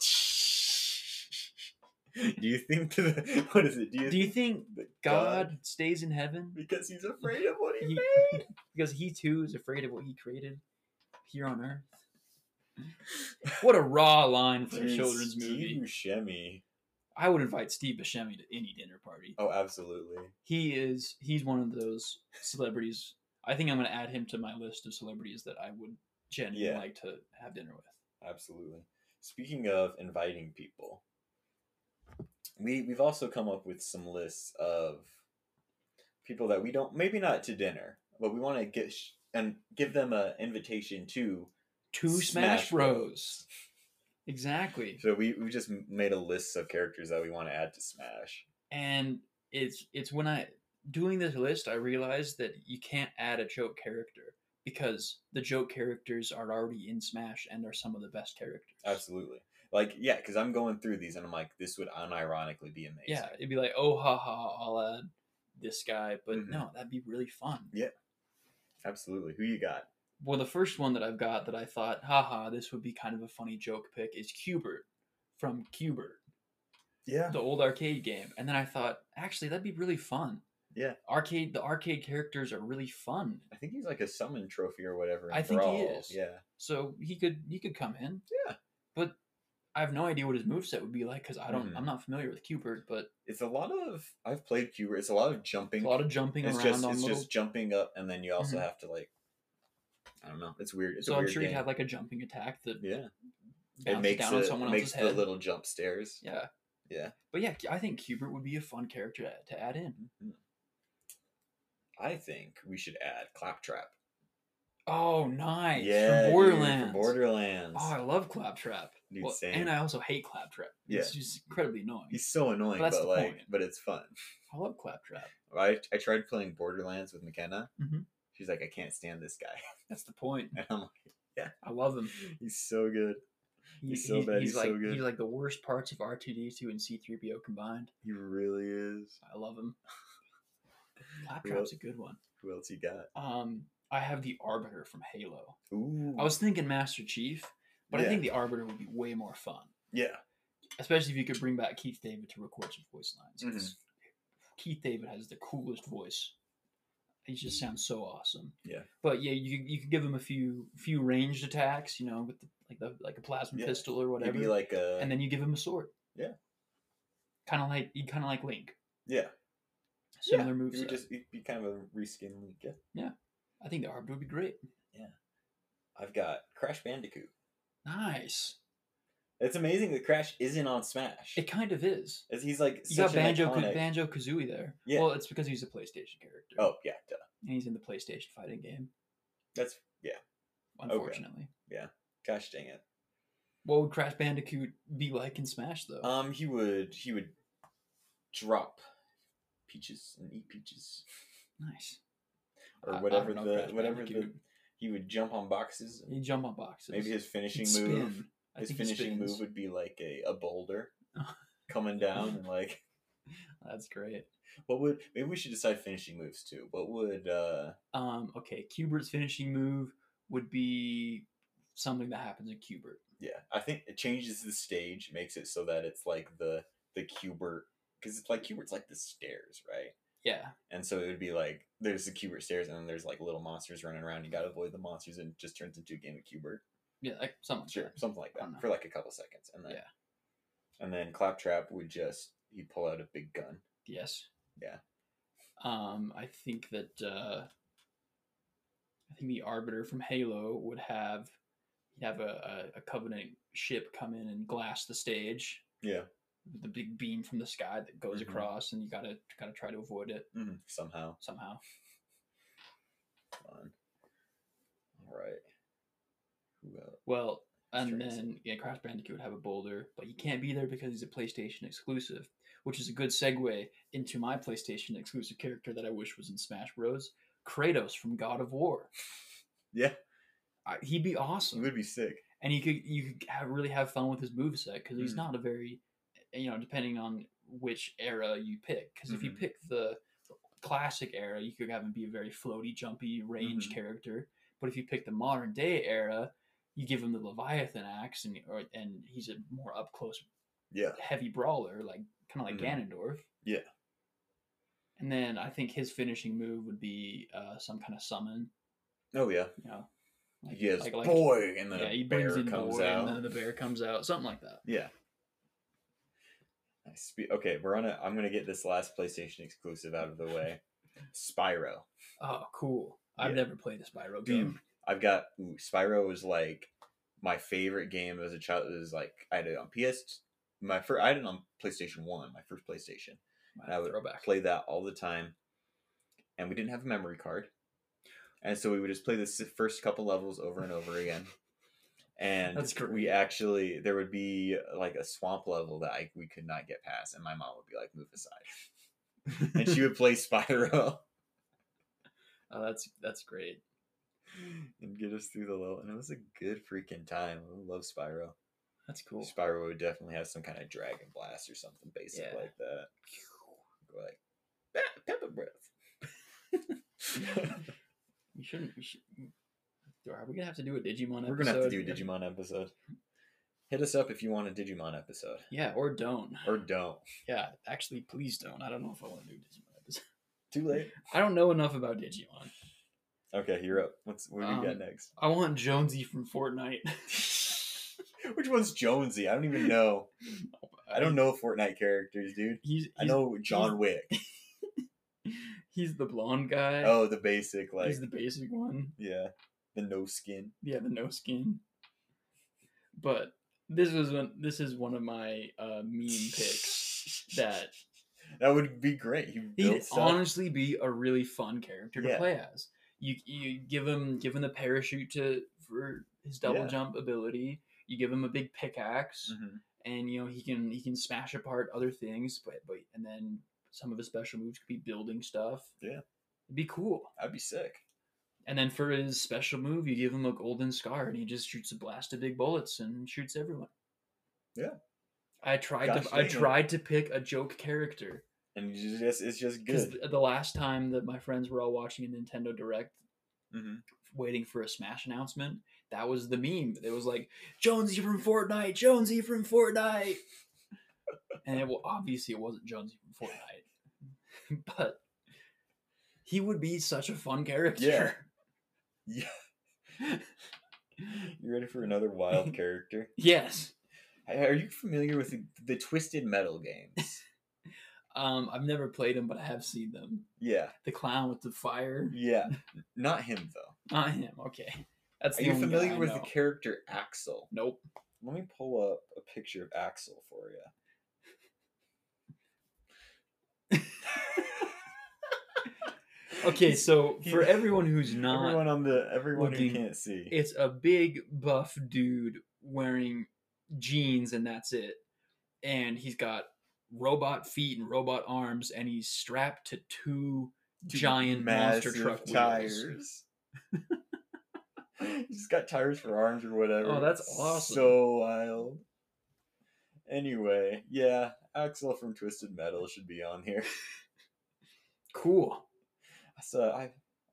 Speaker 2: Do you think to the, what is it? Do you
Speaker 1: Do you
Speaker 2: think
Speaker 1: think
Speaker 2: that
Speaker 1: God stays in heaven
Speaker 2: because he's afraid of what he,
Speaker 1: He-
Speaker 2: made?
Speaker 1: because he too is afraid of what he created here on earth? What a raw line for a
Speaker 2: Dude,
Speaker 1: children's
Speaker 2: Steve
Speaker 1: movie.
Speaker 2: Buscemi.
Speaker 1: I would invite Steve Buscemi to any dinner party.
Speaker 2: Oh, absolutely.
Speaker 1: He is he's one of those celebrities. I think I'm going to add him to my list of celebrities that I would genuinely
Speaker 2: Yeah.
Speaker 1: like to have dinner with.
Speaker 2: Absolutely. Speaking of inviting people, we we've also come up with some lists of people that we don't maybe not to dinner, but we want to get sh- and give them an invitation to.
Speaker 1: Two Smash,
Speaker 2: Smash
Speaker 1: Bros.
Speaker 2: Bros.
Speaker 1: Exactly.
Speaker 2: So we we just m- made a list of characters that we want to add to Smash.
Speaker 1: And it's it's when I doing this list I realized that you can't add a joke character because the joke characters are already in Smash and are some of the best characters.
Speaker 2: Absolutely. Like yeah, because I'm going through these and I'm like, this would unironically be amazing.
Speaker 1: Yeah, it'd be like, oh ha ha, I'll add this guy, but
Speaker 2: Mhm.
Speaker 1: no, that'd be really fun.
Speaker 2: Absolutely. Who you got?
Speaker 1: Well, the first one that I've got that I thought, haha, this would be kind of a funny joke pick is Cubert from Cubert,
Speaker 2: Yeah.
Speaker 1: the old arcade game. And then I thought, actually, that'd be really fun.
Speaker 2: Yeah.
Speaker 1: Arcade, the arcade characters are really fun.
Speaker 2: I think he's like a summon trophy or whatever. in
Speaker 1: I think he
Speaker 2: Brawl.
Speaker 1: is.
Speaker 2: Yeah.
Speaker 1: So he could he could come in.
Speaker 2: Yeah.
Speaker 1: But I have no idea what his moveset would be like because I don't
Speaker 2: Mhm.
Speaker 1: I'm not familiar with Cubert, but
Speaker 2: It's a lot of I've played Cuber. It's a lot of jumping.
Speaker 1: a lot of jumping
Speaker 2: it's
Speaker 1: around
Speaker 2: just
Speaker 1: on
Speaker 2: it's
Speaker 1: little
Speaker 2: just jumping up and then you also
Speaker 1: Mhm.
Speaker 2: have to like I don't know. It's weird. It's
Speaker 1: so
Speaker 2: a
Speaker 1: I'm
Speaker 2: weird
Speaker 1: sure
Speaker 2: game.
Speaker 1: he'd have like a jumping attack that
Speaker 2: yeah.
Speaker 1: bounces
Speaker 2: it makes
Speaker 1: down on
Speaker 2: it-
Speaker 1: someone
Speaker 2: it makes
Speaker 1: else's head.
Speaker 2: the little jump stairs.
Speaker 1: Yeah.
Speaker 2: Yeah.
Speaker 1: But yeah, I think Cubert would be a fun character to, to add in.
Speaker 2: I think we should add Claptrap.
Speaker 1: Oh, nice.
Speaker 2: yeah,
Speaker 1: from
Speaker 2: dude,
Speaker 1: Borderlands.
Speaker 2: From Borderlands.
Speaker 1: Oh, I love Claptrap.
Speaker 2: Dude,
Speaker 1: Well,
Speaker 2: same.
Speaker 1: and uh, I also hate Claptrap.
Speaker 2: Yeah.
Speaker 1: It's just incredibly annoying.
Speaker 2: He's so annoying,
Speaker 1: But that's
Speaker 2: but
Speaker 1: the
Speaker 2: like,
Speaker 1: point.
Speaker 2: but it's fun.
Speaker 1: I love Claptrap.
Speaker 2: I, I tried playing Borderlands with McKenna.
Speaker 1: Mhm.
Speaker 2: She's like, I can't stand this guy,
Speaker 1: That's the point.
Speaker 2: and I'm like,
Speaker 1: I love him.
Speaker 2: he's so good.
Speaker 1: He-
Speaker 2: He's so bad, he's so
Speaker 1: like,
Speaker 2: good.
Speaker 1: He's like the worst parts of R2D2 and C3PO combined.
Speaker 2: He really is.
Speaker 1: I love him. Claptrap's a good one.
Speaker 2: Who else you got?
Speaker 1: Um, I have the Arbiter from Halo.
Speaker 2: Ooh,
Speaker 1: I was thinking Master Chief, but I
Speaker 2: Yeah.
Speaker 1: think the Arbiter would be way more fun.
Speaker 2: yeah,
Speaker 1: especially if you could bring back Keith David to record some voice lines.
Speaker 2: Mhm.
Speaker 1: 'cause Keith David has the coolest voice. He just sounds so awesome.
Speaker 2: Yeah.
Speaker 1: But yeah, you you could give him a few few ranged attacks, you know, with the, like the like a plasma
Speaker 2: Yeah.
Speaker 1: pistol or whatever,
Speaker 2: maybe like a
Speaker 1: and then you give him a sword.
Speaker 2: Yeah.
Speaker 1: Kind of like you kind of like Link,
Speaker 2: yeah,
Speaker 1: similar
Speaker 2: yeah.
Speaker 1: moves.
Speaker 2: He would just he'd be kind of a reskin link. Yeah,
Speaker 1: I think the Arbiter would be great.
Speaker 2: I've got Crash Bandicoot.
Speaker 1: Nice.
Speaker 2: It's amazing that Crash isn't on Smash.
Speaker 1: It kind of is.
Speaker 2: As he's like
Speaker 1: You
Speaker 2: such
Speaker 1: got
Speaker 2: an
Speaker 1: Banjo
Speaker 2: iconic-
Speaker 1: Banjo Kazooie there.
Speaker 2: Yeah.
Speaker 1: Well, it's because he's a PlayStation character.
Speaker 2: Oh yeah, duh.
Speaker 1: And he's in the PlayStation fighting game.
Speaker 2: that's yeah.
Speaker 1: Unfortunately.
Speaker 2: Gosh dang it.
Speaker 1: What would Crash Bandicoot be like in Smash though?
Speaker 2: Um, he would he would drop peaches and eat peaches
Speaker 1: nice. I- I
Speaker 2: or
Speaker 1: don't
Speaker 2: whatever
Speaker 1: know
Speaker 2: the
Speaker 1: Crash
Speaker 2: whatever the
Speaker 1: Bandicoot.
Speaker 2: he would jump on boxes. and
Speaker 1: He'd jump on boxes.
Speaker 2: Maybe his
Speaker 1: He'd
Speaker 2: finishing
Speaker 1: spin.
Speaker 2: move.
Speaker 1: I
Speaker 2: His
Speaker 1: think he
Speaker 2: finishing
Speaker 1: spins.
Speaker 2: move would be like a, a boulder
Speaker 1: Oh.
Speaker 2: coming down and like
Speaker 1: That's great.
Speaker 2: what would maybe we should decide finishing moves too. What would uh
Speaker 1: Um, okay, Cubert's finishing move would be something that happens in Cubert.
Speaker 2: yeah, I think it changes the stage, makes it so that it's like the the cubert because it's like cubert's like the stairs, right?
Speaker 1: Yeah.
Speaker 2: And so it would be like there's the Cubert stairs, and then there's like little monsters running around. You gotta avoid the monsters, and it just turns into a game of Cubert.
Speaker 1: Yeah, like something. like
Speaker 2: Sure,
Speaker 1: that.
Speaker 2: something like
Speaker 1: I don't know.
Speaker 2: that for like a couple seconds, and then
Speaker 1: Yeah.
Speaker 2: and then Claptrap would just he would pull out a big gun.
Speaker 1: Yes.
Speaker 2: Yeah.
Speaker 1: Um, I think that uh I think the Arbiter from Halo would have he'd have a, a, a Covenant ship come in and glass the stage.
Speaker 2: Yeah,
Speaker 1: with the big beam from the sky that goes
Speaker 2: Mhm.
Speaker 1: across, and you gotta gotta try to avoid it
Speaker 2: hmm somehow.
Speaker 1: somehow.
Speaker 2: Fun. All right. Who else?
Speaker 1: Well, and
Speaker 2: Strings.
Speaker 1: then yeah, Crash Bandicoot would have a boulder, but he can't be there because he's a PlayStation exclusive, which is a good segue into my PlayStation exclusive character that I wish was in Smash Bros. Kratos from God of War.
Speaker 2: Yeah.
Speaker 1: I, he'd be
Speaker 2: It
Speaker 1: awesome,
Speaker 2: would be sick.
Speaker 1: and you could you could have, really have fun with his moveset because he's
Speaker 2: Mhm.
Speaker 1: not a very eh, you know depending on which era you pick because if you
Speaker 2: Mhm.
Speaker 1: pick the classic era, you could have him be a very floaty, jumpy range
Speaker 2: Mhm.
Speaker 1: character. But if you pick the modern day era, you give him the Leviathan axe, and or, and he's a more up close,
Speaker 2: Yeah.
Speaker 1: heavy brawler, like kind of like
Speaker 2: Mhm.
Speaker 1: Ganondorf.
Speaker 2: Yeah.
Speaker 1: And then I think his finishing move would be uh, some kind of summon.
Speaker 2: Oh yeah.
Speaker 1: You know,
Speaker 2: He yells, boy, and then
Speaker 1: yeah,
Speaker 2: a
Speaker 1: he brings
Speaker 2: bear
Speaker 1: in
Speaker 2: comes
Speaker 1: boy,
Speaker 2: out.
Speaker 1: and then the bear comes out, something like that.
Speaker 2: Yeah. I spe- okay, we're on a. I'm gonna get this last PlayStation exclusive out of the way. Spyro.
Speaker 1: Oh, cool! I've
Speaker 2: Yeah.
Speaker 1: never played a Spyro
Speaker 2: Dude,
Speaker 1: game.
Speaker 2: I've got ooh, Spyro was like my favorite game as a child. It was like I had it on PS. My first, I had it on PlayStation One, my first PlayStation, and I
Speaker 1: Wow,
Speaker 2: would
Speaker 1: throwback.
Speaker 2: play that all the time. And we didn't have a memory card, and so we would just play this first couple levels over and over again. And
Speaker 1: That's
Speaker 2: we
Speaker 1: great.
Speaker 2: actually there would be like a swamp level that I, we could not get past, and my mom would be like, "Move aside," and she would play Spyro.
Speaker 1: oh, that's that's great.
Speaker 2: and get us through the level. And it was a good freaking time. I love Spyro.
Speaker 1: That's cool.
Speaker 2: Spyro would definitely have some kind of dragon blast or something basic
Speaker 1: Yeah.
Speaker 2: like that. Go like Pe- pepper breath.
Speaker 1: We shouldn't. We should, are we gonna have to do a Digimon episode?
Speaker 2: We're gonna have to do a Digimon episode. Hit us up if you want a Digimon episode,
Speaker 1: Yeah, or don't.
Speaker 2: or don't.
Speaker 1: Yeah, actually, please don't. I don't know if I want to do a Digimon episode.
Speaker 2: Too late.
Speaker 1: I don't know enough about Digimon.
Speaker 2: Okay, you're up. What's what do we got
Speaker 1: Um,
Speaker 2: next?
Speaker 1: I want Jonesy from Fortnite.
Speaker 2: Which one's Jonesy? I don't even know. I don't know Fortnite characters, dude.
Speaker 1: He's, he's
Speaker 2: I know John Wick.
Speaker 1: he's the blonde guy.
Speaker 2: Oh, the basic like
Speaker 1: he's the basic one.
Speaker 2: yeah, the no skin.
Speaker 1: Yeah, the no skin. But this was one. This is one of my uh, meme picks. that-
Speaker 2: that would be great. He
Speaker 1: He'd
Speaker 2: built stuff.
Speaker 1: honestly be a really fun character to
Speaker 2: Yeah.
Speaker 1: play as. You you give him give him the parachute to for his double
Speaker 2: Yeah.
Speaker 1: jump ability. You give him a big pickaxe,
Speaker 2: Mhm.
Speaker 1: and you know he can he can smash apart other things. But but and then some of his special moves could be building stuff.
Speaker 2: Yeah.
Speaker 1: It'd be cool.
Speaker 2: That'd be sick.
Speaker 1: And then for his special move, you give him a golden scar, and he just shoots a blast of big bullets and shoots everyone.
Speaker 2: Yeah.
Speaker 1: I tried
Speaker 2: Gosh
Speaker 1: to I
Speaker 2: dang it.
Speaker 1: tried to pick a joke character
Speaker 2: And you just it's just
Speaker 1: because
Speaker 2: good.
Speaker 1: the, the last time that my friends were all watching a Nintendo Direct,
Speaker 2: hmm
Speaker 1: waiting for a Smash announcement, that was the meme. It was like Jonesy from Fortnite, Jonesy from Fortnite, and it, well, obviously it wasn't Jonesy from Fortnite, but he would be such a fun character.
Speaker 2: Yeah. You ready for another wild character?
Speaker 1: Yes.
Speaker 2: Hey, Are you familiar with the, the Twisted Metal games?
Speaker 1: Um, I've never played them, but I have seen them.
Speaker 2: Yeah,
Speaker 1: The clown with the fire.
Speaker 2: yeah. Not him though.
Speaker 1: Not him. Okay. That's
Speaker 2: Are
Speaker 1: the
Speaker 2: you
Speaker 1: only guy
Speaker 2: familiar
Speaker 1: I
Speaker 2: with the
Speaker 1: know.
Speaker 2: character Axel?
Speaker 1: Nope.
Speaker 2: Let me pull up a picture of Axel for you.
Speaker 1: Okay, so
Speaker 2: he-
Speaker 1: for everyone who's not,
Speaker 2: everyone on the everyone who
Speaker 1: looking-
Speaker 2: can't see.
Speaker 1: it's a big buff dude wearing jeans, and that's it. And he's got robot feet and robot arms, and he's strapped to two
Speaker 2: Two
Speaker 1: giant monster
Speaker 2: massive
Speaker 1: truck wheels.
Speaker 2: tires. He's got tires for arms or whatever.
Speaker 1: Oh, that's
Speaker 2: It's
Speaker 1: awesome.
Speaker 2: So wild. Anyway, yeah, Axel from Twisted Metal should be on here.
Speaker 1: Cool.
Speaker 2: So I,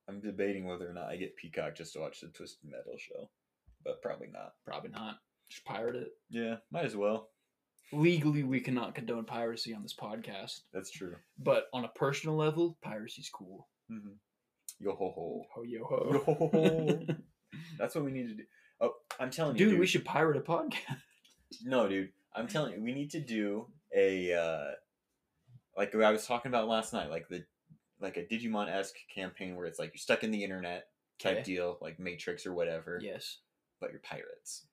Speaker 2: I'm debating whether or not I get Peacock just to watch the Twisted Metal show, but probably not.
Speaker 1: Probably not. Just pirate it.
Speaker 2: Yeah, might as well.
Speaker 1: Legally, we cannot condone piracy on this podcast.
Speaker 2: That's true.
Speaker 1: but on a personal level, piracy's cool.
Speaker 2: Mm-hmm. Yo ho ho.
Speaker 1: Ho yo ho.
Speaker 2: Yo ho ho. That's what we need to do. Oh, I'm telling you,
Speaker 1: Dude, we should pirate a podcast.
Speaker 2: No, dude. I'm telling you, we need to do a uh like I was talking about last night, like the like a Digimon esque campaign where it's like you're stuck in the internet type
Speaker 1: Okay.
Speaker 2: deal, like Matrix or whatever,
Speaker 1: Yes.
Speaker 2: but you're pirates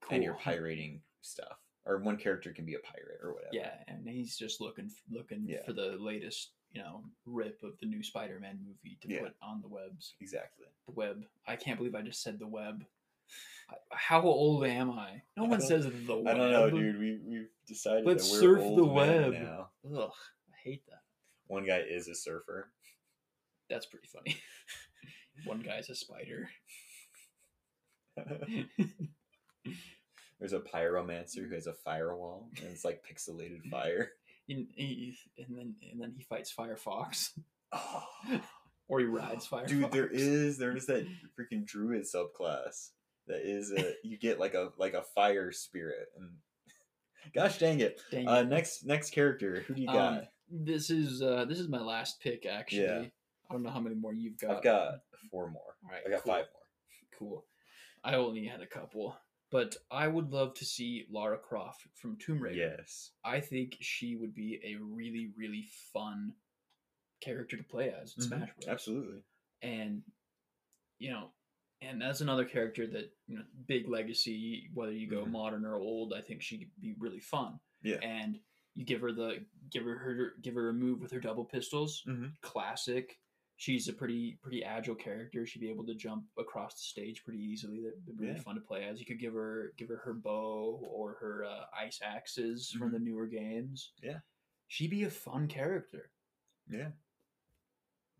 Speaker 1: Cool.
Speaker 2: and you're pirating stuff, or one character can be a pirate or whatever.
Speaker 1: Yeah, and he's just looking looking
Speaker 2: Yeah.
Speaker 1: for the latest, you know, rip of the new Spider-Man movie to
Speaker 2: Yeah.
Speaker 1: put on the webs.
Speaker 2: exactly.
Speaker 1: The web. I can't believe I just said the web. I- How old am I? No
Speaker 2: I don't-
Speaker 1: one says the web.
Speaker 2: I don't know, dude. We we've decided
Speaker 1: Let's
Speaker 2: that we're
Speaker 1: surf
Speaker 2: old
Speaker 1: the
Speaker 2: men
Speaker 1: web.
Speaker 2: now.
Speaker 1: Ugh, I hate that.
Speaker 2: One guy is a surfer.
Speaker 1: That's pretty funny. One guy's a spider.
Speaker 2: There's a pyromancer who has a firewall and it's like pixelated fire.
Speaker 1: And, he- and then and then he fights Firefox.
Speaker 2: Oh.
Speaker 1: Or he rides Firefox.
Speaker 2: Dude, there is there is that freaking druid subclass that is a you get like a like a fire spirit and gosh dang it.
Speaker 1: Dang
Speaker 2: Uh
Speaker 1: it.
Speaker 2: next next character, who do you
Speaker 1: Um,
Speaker 2: got?
Speaker 1: This is uh this is my last pick actually. I don't know how many more you've got.
Speaker 2: I've got four more.
Speaker 1: All right,
Speaker 2: I got
Speaker 1: cool,
Speaker 2: five more.
Speaker 1: Cool. I only had a couple, but I would love to see Lara Croft from Tomb Raider.
Speaker 2: Yes.
Speaker 1: I think she would be a really really fun character to play as in
Speaker 2: Mhm,
Speaker 1: Smash Bros.
Speaker 2: Absolutely.
Speaker 1: and you know and that's another character that you know big legacy whether you go
Speaker 2: Mhm.
Speaker 1: modern or old i think she could be really fun
Speaker 2: Yeah.
Speaker 1: and you give her the give her her give her a move with her double pistols
Speaker 2: Mhm.
Speaker 1: classic she's a pretty pretty agile character she'd be able to jump across the stage pretty easily that'd be really
Speaker 2: Yeah.
Speaker 1: fun to play as you could give her give her her bow or her uh, ice axes from the newer games
Speaker 2: Mm-hmm. Yeah.
Speaker 1: she'd be a fun character
Speaker 2: Yeah.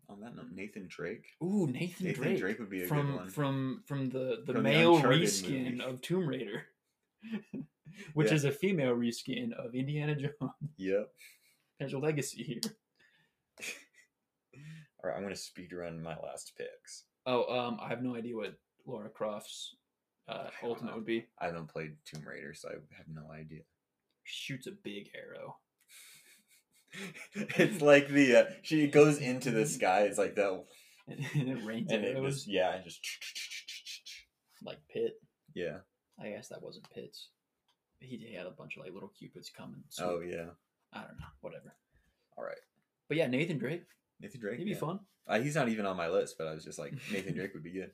Speaker 2: On that note, Nathan Drake.
Speaker 1: Ooh, Nathan,
Speaker 2: Nathan Drake,
Speaker 1: Drake.
Speaker 2: would be a
Speaker 1: from
Speaker 2: good one.
Speaker 1: from from the the
Speaker 2: From the
Speaker 1: male
Speaker 2: Uncharted
Speaker 1: reskin
Speaker 2: movie.
Speaker 1: of Tomb Raider, which
Speaker 2: Yeah.
Speaker 1: is a female reskin of Indiana Jones.
Speaker 2: Yep.
Speaker 1: There's a legacy here.
Speaker 2: All right, I'm gonna speed run my last picks.
Speaker 1: Oh, um, I have no idea what Laura Croft's uh,
Speaker 2: I don't
Speaker 1: ultimate
Speaker 2: know.
Speaker 1: would be.
Speaker 2: I haven't played Tomb Raider, so I have no idea.
Speaker 1: Shoots a big arrow.
Speaker 2: it's like the uh, she goes into the sky. It's like that,
Speaker 1: And, and it rains
Speaker 2: and it
Speaker 1: arrows.
Speaker 2: was yeah, it just
Speaker 1: Like Pitt.
Speaker 2: yeah.
Speaker 1: I guess that wasn't Pitt's. He he had a bunch of like little cupids coming.
Speaker 2: Oh
Speaker 1: So
Speaker 2: yeah.
Speaker 1: I don't know. Whatever.
Speaker 2: All right,
Speaker 1: But yeah, Nathan Drake.
Speaker 2: Nathan Drake.
Speaker 1: He'd be
Speaker 2: yeah.
Speaker 1: fun.
Speaker 2: Uh, he's not even on my list, but I was just like Nathan Drake would be good.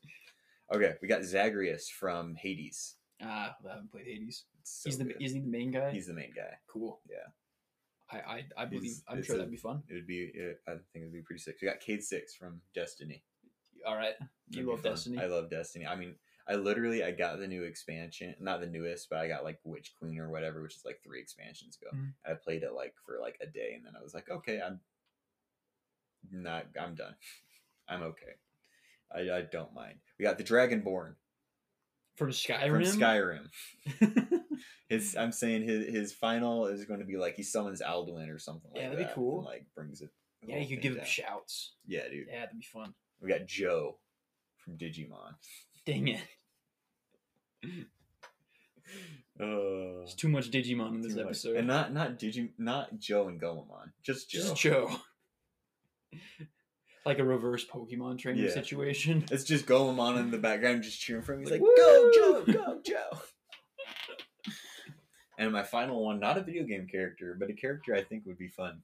Speaker 2: Okay, we got Zagreus from Hades.
Speaker 1: Ah, I haven't played Hades.
Speaker 2: It's so
Speaker 1: he's the
Speaker 2: good.
Speaker 1: isn't he the main guy?
Speaker 2: he's the main guy.
Speaker 1: cool.
Speaker 2: yeah.
Speaker 1: I I, I
Speaker 2: He's-
Speaker 1: believe I'm
Speaker 2: it's
Speaker 1: sure
Speaker 2: a-
Speaker 1: that'd be fun.
Speaker 2: It would be. It, I think it'd be pretty sick. We got Cade Six from Destiny.
Speaker 1: All right.
Speaker 2: That'd
Speaker 1: You
Speaker 2: be
Speaker 1: love
Speaker 2: fun.
Speaker 1: Destiny.
Speaker 2: I love Destiny. I mean, I literally I got the new expansion, not the newest, but I got like Witch Queen or whatever, which is like three expansions ago.
Speaker 1: Mhm.
Speaker 2: I played it like for like a day, and then I was like, okay, I'm not. I'm done. I'm okay. I, I don't mind. We got the Dragonborn
Speaker 1: From Skyrim.
Speaker 2: from Skyrim. His I'm saying his his final is going to be like he summons Alduin or something.
Speaker 1: Yeah,
Speaker 2: like
Speaker 1: that'd be
Speaker 2: that,
Speaker 1: cool.
Speaker 2: and, like brings it. the
Speaker 1: yeah,
Speaker 2: whole
Speaker 1: you could
Speaker 2: thing
Speaker 1: give him
Speaker 2: down.
Speaker 1: shouts.
Speaker 2: yeah, dude.
Speaker 1: Yeah, that'd be fun.
Speaker 2: We got Joe from Digimon.
Speaker 1: Dang it.
Speaker 2: Oh,
Speaker 1: There's too much Digimon in this episode.
Speaker 2: and not not Digi, not Joe and Goemon, just Joe.
Speaker 1: Just Joe. like a reverse Pokemon trainer
Speaker 2: Yeah.
Speaker 1: situation.
Speaker 2: It's just Goemon in the background, just cheering for him. He's like,
Speaker 1: Like,
Speaker 2: "Go
Speaker 1: "Woo!"
Speaker 2: Joe, go Joe." and my final one, not a video game character, but a character I think would be fun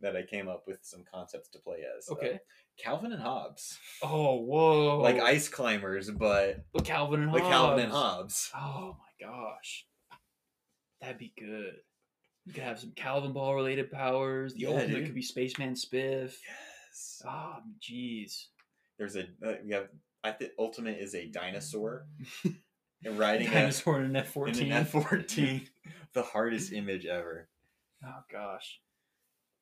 Speaker 2: that I came up with some concepts to play as. Uh,
Speaker 1: Okay.
Speaker 2: Calvin and Hobbes.
Speaker 1: Oh, whoa.
Speaker 2: like ice climbers, but
Speaker 1: But Calvin and
Speaker 2: like
Speaker 1: Hobbes.
Speaker 2: Calvin and Hobbes.
Speaker 1: Oh my gosh. That'd be good. You could have some Calvin Ball related powers. The
Speaker 2: Yeah,
Speaker 1: ultimate
Speaker 2: dude.
Speaker 1: could be Spaceman Spiff.
Speaker 2: Yes.
Speaker 1: Ah, jeez.
Speaker 2: There's a uh, we have. I think Ultimate is a dinosaur and riding a,
Speaker 1: Dinosaur in an F
Speaker 2: in
Speaker 1: fourteen.
Speaker 2: an F fourteen. The hardest image ever.
Speaker 1: Oh gosh.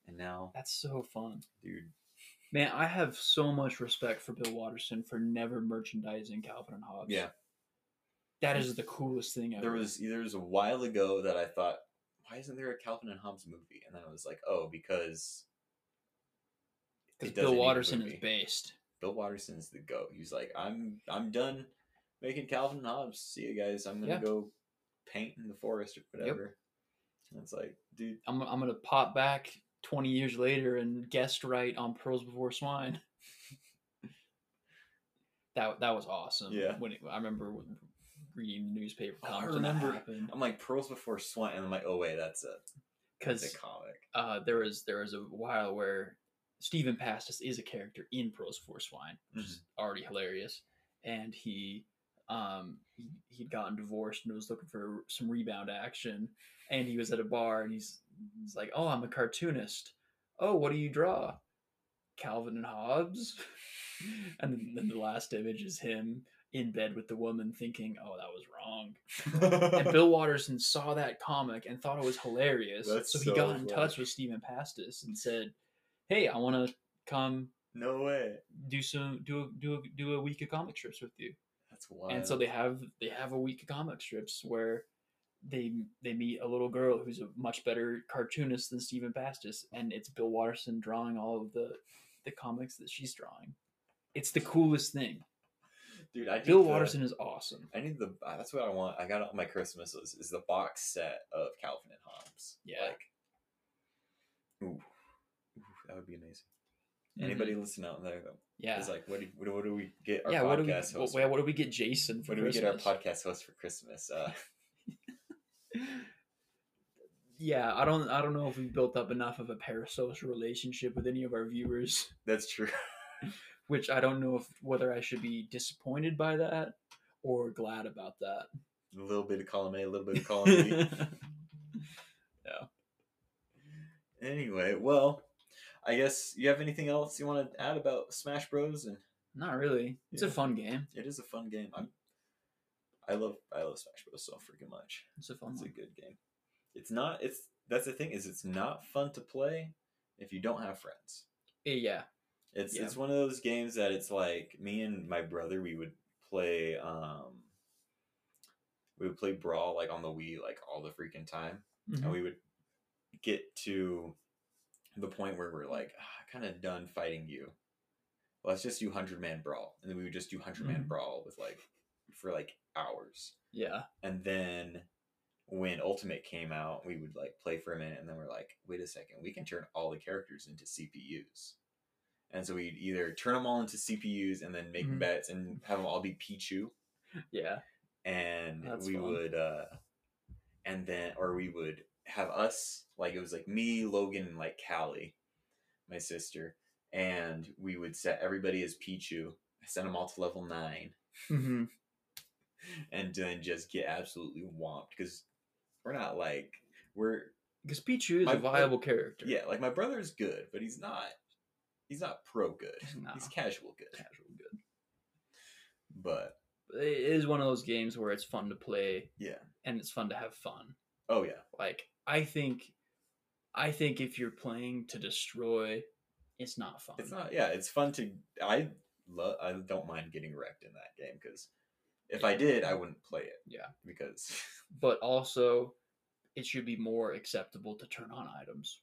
Speaker 2: And now,
Speaker 1: That's so fun.
Speaker 2: dude,
Speaker 1: Man, I have so much respect for Bill Watterson for never merchandising Calvin and Hobbes.
Speaker 2: yeah,
Speaker 1: That is the coolest thing ever.
Speaker 2: there was there was a while ago that I thought, why isn't there a Calvin and Hobbes movie? And then I was like, oh, because doesn't
Speaker 1: because Bill
Speaker 2: need a
Speaker 1: Watterson is
Speaker 2: movie.
Speaker 1: based.
Speaker 2: Bill Watterson's the goat. He's like, I'm I'm done making Calvin and Hobbes. See you guys. I'm gonna
Speaker 1: Yeah.
Speaker 2: go paint in the forest or whatever. And it's like, dude,
Speaker 1: I'm, I'm gonna pop back 20 years later and guest write on Pearls Before Swine. that that was awesome.
Speaker 2: Yeah.
Speaker 1: When it, I remember when reading the newspaper
Speaker 2: Oh, I
Speaker 1: comics when that
Speaker 2: remember.
Speaker 1: happened
Speaker 2: I'm like pearls before swine, and I'm like, oh wait, that's a that's
Speaker 1: because
Speaker 2: a comic.
Speaker 1: uh, there was there was a while where Stephen Pastis is a character in Pearls Before Swine, which is already hilarious, and he um he, he'd gotten divorced and was looking for some rebound action, and he was at a bar and he's, he's like, "Oh, I'm a cartoonist. Oh, what do you draw? Calvin and Hobbes." and then, then the last image is him in bed with the woman, thinking, "Oh, that was wrong." and Bill Watterson saw that comic and thought it was hilarious.
Speaker 2: That's
Speaker 1: so he
Speaker 2: so
Speaker 1: got in
Speaker 2: funny.
Speaker 1: touch with Stephen Pastis and said, "Hey, I want to come
Speaker 2: no way,
Speaker 1: do some do a, do a, do a week of comic strips with you."
Speaker 2: that's wild.
Speaker 1: And so they have they have a week of comic strips where they they meet a little girl who's a much better cartoonist than Stephen Pastis, and it's Bill Watterson drawing all of the the comics that she's drawing. It's the coolest thing.
Speaker 2: dude, I need
Speaker 1: Bill
Speaker 2: the-
Speaker 1: Watterson is awesome.
Speaker 2: I need the. uh, That's what I want. I got it on my Christmas list. Is the box set of Calvin and Hobbes.
Speaker 1: Yeah.
Speaker 2: Like, ooh, ooh that would be amazing. Anybody
Speaker 1: Mhm.
Speaker 2: listening out there though,
Speaker 1: Mm-hmm. Yeah.
Speaker 2: is like, what do, what, do- what do we get our
Speaker 1: yeah,
Speaker 2: podcast
Speaker 1: what do we
Speaker 2: host?
Speaker 1: what, what do we get Jason for
Speaker 2: What do we
Speaker 1: Christmas?
Speaker 2: get our podcast host for Christmas? Uh,
Speaker 1: yeah, I don't I don't know if we've built up enough of a parasocial relationship with any of our viewers,
Speaker 2: that's true.
Speaker 1: which I don't know if whether I should be disappointed by that or glad about that.
Speaker 2: A little bit of column A, a little bit of column B. Anyway, well, I guess you have anything else you want to add about Smash Bros? And
Speaker 1: Not really. It's a
Speaker 2: Yeah.
Speaker 1: fun game.
Speaker 2: it is a fun game. I'm, I love I love Smash Bros so freaking much.
Speaker 1: It's a fun
Speaker 2: It's a
Speaker 1: one.
Speaker 2: good game. It's not. It's that's the thing is it's not fun to play if you don't have friends.
Speaker 1: Eh, yeah.
Speaker 2: It's
Speaker 1: Yeah.
Speaker 2: it's one of those games that it's like me and my brother we would play um we would play Brawl like on the Wii like all the freaking time
Speaker 1: Mhm.
Speaker 2: and we would get to the point where we're like, "Ah, I'm kind of done fighting you. well, let's just do hundred man brawl, and then we would just do hundred man
Speaker 1: Mhm.
Speaker 2: brawl with like for like hours.
Speaker 1: Yeah.
Speaker 2: And then when Ultimate came out, we would like play for a minute and then we're like, wait a second, we can turn all the characters into CPUs. And so we'd either turn them all into CPUs and then make
Speaker 1: Mhm.
Speaker 2: bets and have them all be Pichu.
Speaker 1: Yeah.
Speaker 2: And
Speaker 1: That's
Speaker 2: we
Speaker 1: fun.
Speaker 2: would, uh, and then, or we would have us, like it was like me, Logan, and like Callie, my sister. And we would set everybody as Pichu. I sent them all to level nine
Speaker 1: Mm-hmm.
Speaker 2: and then just get absolutely whomped because we're not like we're
Speaker 1: Because Pichu is
Speaker 2: My-
Speaker 1: a viable character.
Speaker 2: yeah like my brother's good but he's not he's not pro good
Speaker 1: No.
Speaker 2: he's casual good
Speaker 1: Casual good.
Speaker 2: but
Speaker 1: But It is one of those games where it's fun to play
Speaker 2: yeah
Speaker 1: and it's fun to have fun.
Speaker 2: oh yeah
Speaker 1: Like I think, I think if you're playing to destroy, it's not fun.
Speaker 2: it's not yeah it's fun to I love I don't mind getting wrecked in that game because if I did I wouldn't play it
Speaker 1: Yeah.
Speaker 2: because
Speaker 1: But also, it should be more acceptable to turn on items.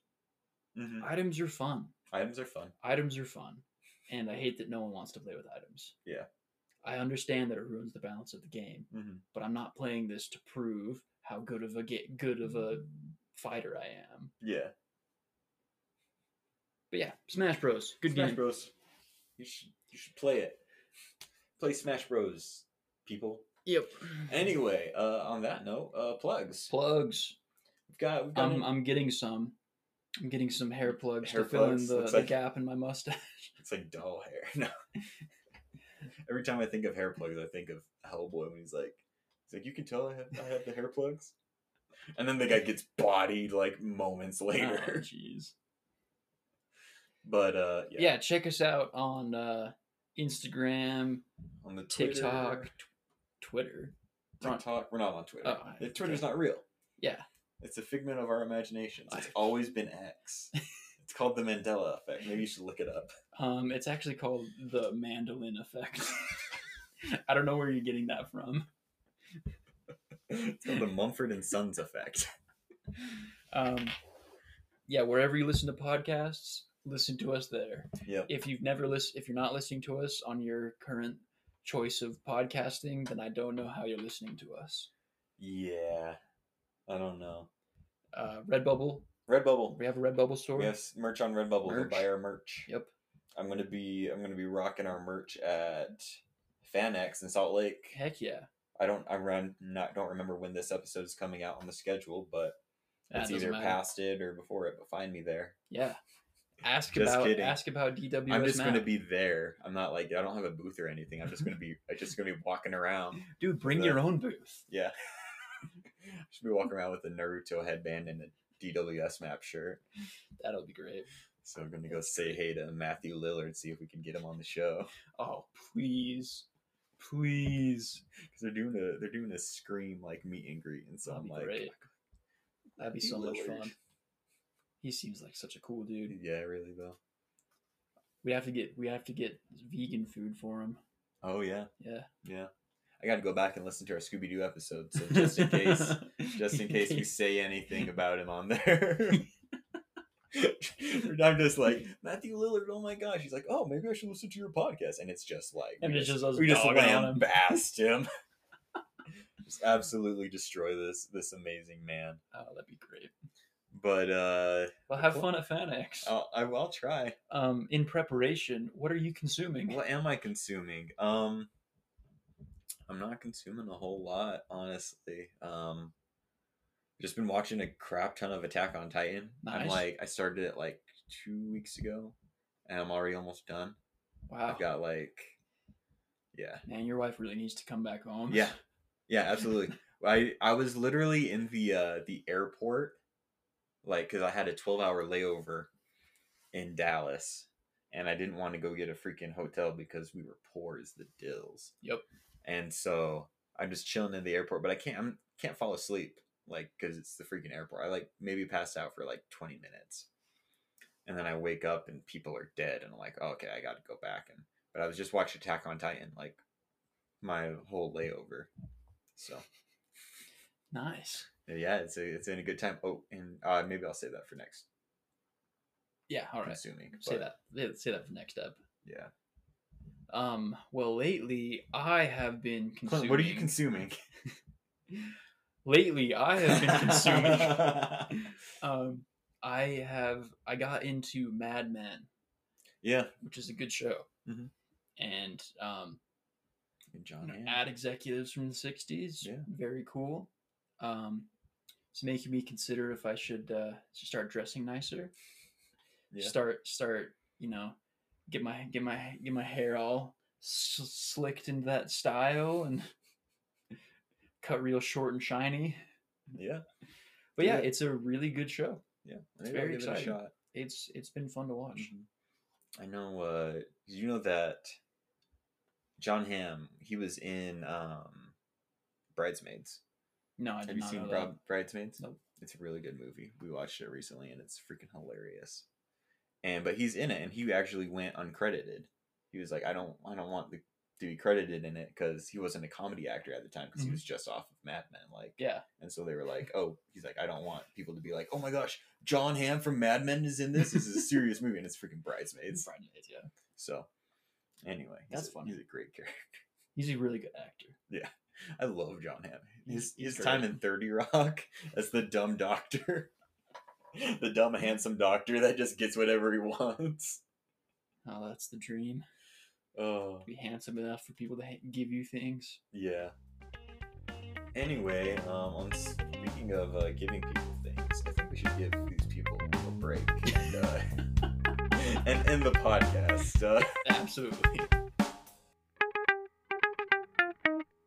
Speaker 2: Mhm.
Speaker 1: Items are fun.
Speaker 2: items are fun
Speaker 1: Items are fun, and I hate that no one wants to play with items.
Speaker 2: Yeah.
Speaker 1: I understand that it ruins the balance of the game,
Speaker 2: Mhm.
Speaker 1: but I'm not playing this to prove how good of a get good of a fighter I am.
Speaker 2: yeah
Speaker 1: But yeah, Smash Bros. Good
Speaker 2: Smash
Speaker 1: game.
Speaker 2: Bros you should you should play it play Smash Bros people
Speaker 1: Yep.
Speaker 2: anyway uh on that note uh plugs
Speaker 1: Plugs.
Speaker 2: We've got, we've got
Speaker 1: I'm,
Speaker 2: an-
Speaker 1: I'm getting some. I'm getting some hair plugs
Speaker 2: Hair
Speaker 1: to fill
Speaker 2: plugs,
Speaker 1: in the,
Speaker 2: looks
Speaker 1: the
Speaker 2: like-
Speaker 1: gap in my mustache.
Speaker 2: it's like doll hair. No. Every time I think of hair plugs, I think of Hellboy when he's like, he's like, you can tell I have, I have the hair plugs. And then the guy gets bodied like moments
Speaker 1: Oh,
Speaker 2: later.
Speaker 1: Jeez.
Speaker 2: But uh,
Speaker 1: yeah. check us out on uh, Instagram,
Speaker 2: on the Twitter,
Speaker 1: TikTok, tw- Twitter. We're on-
Speaker 2: TikTok. We're not on Twitter.
Speaker 1: Oh,
Speaker 2: The Twitter's not real.
Speaker 1: Yeah.
Speaker 2: It's a figment of our imaginations. It's always been X. It's called the Mandela effect. Maybe you should look it up.
Speaker 1: Um, it's actually called the mandolin effect. I don't know where you're getting that from.
Speaker 2: It's called the Mumford and Sons effect.
Speaker 1: Um, yeah, wherever you listen to podcasts, listen to us there.
Speaker 2: Yep.
Speaker 1: If you've never list, if you're not listening to us on your current choice of podcasting, then I don't know how you're listening to us.
Speaker 2: Yeah. I don't know.
Speaker 1: Uh, Redbubble,
Speaker 2: Redbubble.
Speaker 1: we have a Redbubble store.
Speaker 2: We have s- merch on Redbubble. Go
Speaker 1: Merch.
Speaker 2: buy our merch.
Speaker 1: Yep.
Speaker 2: I'm gonna be I'm gonna be rocking our merch at FanX in Salt Lake.
Speaker 1: Heck yeah,
Speaker 2: I don't I run not don't remember when this episode is coming out on the schedule, but
Speaker 1: That
Speaker 2: it's
Speaker 1: doesn't
Speaker 2: either
Speaker 1: matter.
Speaker 2: past it or before it. But find me there.
Speaker 1: yeah. Ask
Speaker 2: Just
Speaker 1: about
Speaker 2: kidding.
Speaker 1: ask about DWS.
Speaker 2: I'm just
Speaker 1: now.
Speaker 2: gonna be there. I'm not like I don't have a booth or anything. I'm just gonna be I'm just gonna be walking around.
Speaker 1: dude. Bring
Speaker 2: the-
Speaker 1: your own booth.
Speaker 2: Yeah. Just be walking around with a Naruto headband and a DWS map shirt.
Speaker 1: That'll be great.
Speaker 2: So I'm gonna go say hey to Matthew Lillard, see if we can get him on the show.
Speaker 1: Oh please, please.
Speaker 2: Cause they're doing a they're doing a scream like meet and greet, and so
Speaker 1: That'd
Speaker 2: I'm
Speaker 1: be
Speaker 2: like,
Speaker 1: great. That'd be
Speaker 2: Matthew
Speaker 1: so much
Speaker 2: Lillard.
Speaker 1: fun. He seems like such a cool dude.
Speaker 2: Yeah, really though.
Speaker 1: We have to get we have to get vegan food for him.
Speaker 2: Oh yeah,
Speaker 1: Yeah.
Speaker 2: yeah. I got to go back and listen to our Scooby Doo episode, so just in case, just in case we say anything about him on there. I'm just like Matthew Lillard. Oh my gosh, he's like, oh, maybe I should listen to your podcast, and it's just like
Speaker 1: and
Speaker 2: we
Speaker 1: it's
Speaker 2: just,
Speaker 1: just us
Speaker 2: we just
Speaker 1: dogging on him.
Speaker 2: lambast him. just absolutely destroy this this amazing man.
Speaker 1: Oh, that'd be great.
Speaker 2: But uh,
Speaker 1: Well, have fun at FanX.
Speaker 2: I'll, I will try.
Speaker 1: Um, in preparation, what are you consuming?
Speaker 2: What am I consuming? Um, I'm not consuming a whole lot, honestly. Um, just been watching a crap ton of Attack on Titan. I'm
Speaker 1: Nice.
Speaker 2: like, I started it like two weeks ago, and I'm already almost done.
Speaker 1: Wow,
Speaker 2: I've got like, yeah,
Speaker 1: man, your wife really needs to come back home.
Speaker 2: yeah, yeah, absolutely. I I was literally in the uh the airport, like, cause I had a 12 hour layover in Dallas, and I didn't want to go get a freaking hotel because we were poor as the dills.
Speaker 1: Yep.
Speaker 2: And so I'm just chilling in the airport, but I can't I'm, can't fall asleep like because it's the freaking airport. I like maybe pass out for like 20 minutes, and then I wake up and people are dead, and I'm like, oh, okay, I got to go back. And but I was just watching Attack on Titan like my whole layover, so.
Speaker 1: nice.
Speaker 2: Yeah, it's a, it's in a good time. Oh, and uh, maybe I'll save that for next
Speaker 1: Yeah, all right.
Speaker 2: consuming.
Speaker 1: Say
Speaker 2: but
Speaker 1: that. Say that for next step.
Speaker 2: Yeah,
Speaker 1: Um, well, lately I have been consuming.
Speaker 2: Clint, what are you consuming?
Speaker 1: lately, I have been consuming. um, I have I got into Mad Men,
Speaker 2: yeah.
Speaker 1: which is a good show,
Speaker 2: Mhm.
Speaker 1: and um,
Speaker 2: John.
Speaker 1: you know,
Speaker 2: Hamm.
Speaker 1: ad executives from the 60s
Speaker 2: Oh, Yeah.
Speaker 1: very cool um, it's making me consider if i should uh, start dressing nicer
Speaker 2: Yeah.
Speaker 1: start start you know get my get my get my hair all s- slicked into that style and cut real short and shiny
Speaker 2: Yeah.
Speaker 1: but yeah,
Speaker 2: Yeah.
Speaker 1: it's a really good show
Speaker 2: Yeah.
Speaker 1: It's
Speaker 2: Maybe I'll
Speaker 1: very
Speaker 2: give it a
Speaker 1: exciting.
Speaker 2: shot.
Speaker 1: it's it's been fun to watch
Speaker 2: Mhm. I know. Uh, you know that John Hamm. He was in um, Bridesmaids.
Speaker 1: no i
Speaker 2: Mm-hmm.
Speaker 1: did
Speaker 2: Have you
Speaker 1: not
Speaker 2: seen
Speaker 1: know
Speaker 2: Bra- Bridesmaids?
Speaker 1: Nope.
Speaker 2: It's a really good movie. We watched it recently, and it's freaking hilarious. And but he's in it, and he actually went uncredited. He was like, I don't, I don't want the, to be credited in it because he wasn't a comedy actor at the time because
Speaker 1: Mhm.
Speaker 2: he was just off of Mad Men, like.
Speaker 1: that. yeah
Speaker 2: And so they were like, oh, he's like, I don't want people to be like, oh my gosh, John Hamm from Mad Men is in this. This is a serious movie, and it's freaking Bridesmaids.
Speaker 1: Bridesmaids, yeah
Speaker 2: So, anyway, he's
Speaker 1: That's
Speaker 2: a-
Speaker 1: funny.
Speaker 2: He's a great character.
Speaker 1: he's a really good actor
Speaker 2: I love John Hamm. His,
Speaker 1: He's- he's
Speaker 2: his time
Speaker 1: great.
Speaker 2: in Thirty Rock as the dumb doctor, the dumb handsome doctor that just gets whatever he wants.
Speaker 1: oh that's the dream
Speaker 2: Oh
Speaker 1: be handsome enough for people to ha- give you things
Speaker 2: yeah. Anyway, um, on speaking of uh, giving people things, I think we should give these people a break and, uh, and end the podcast. Uh,
Speaker 1: Absolutely.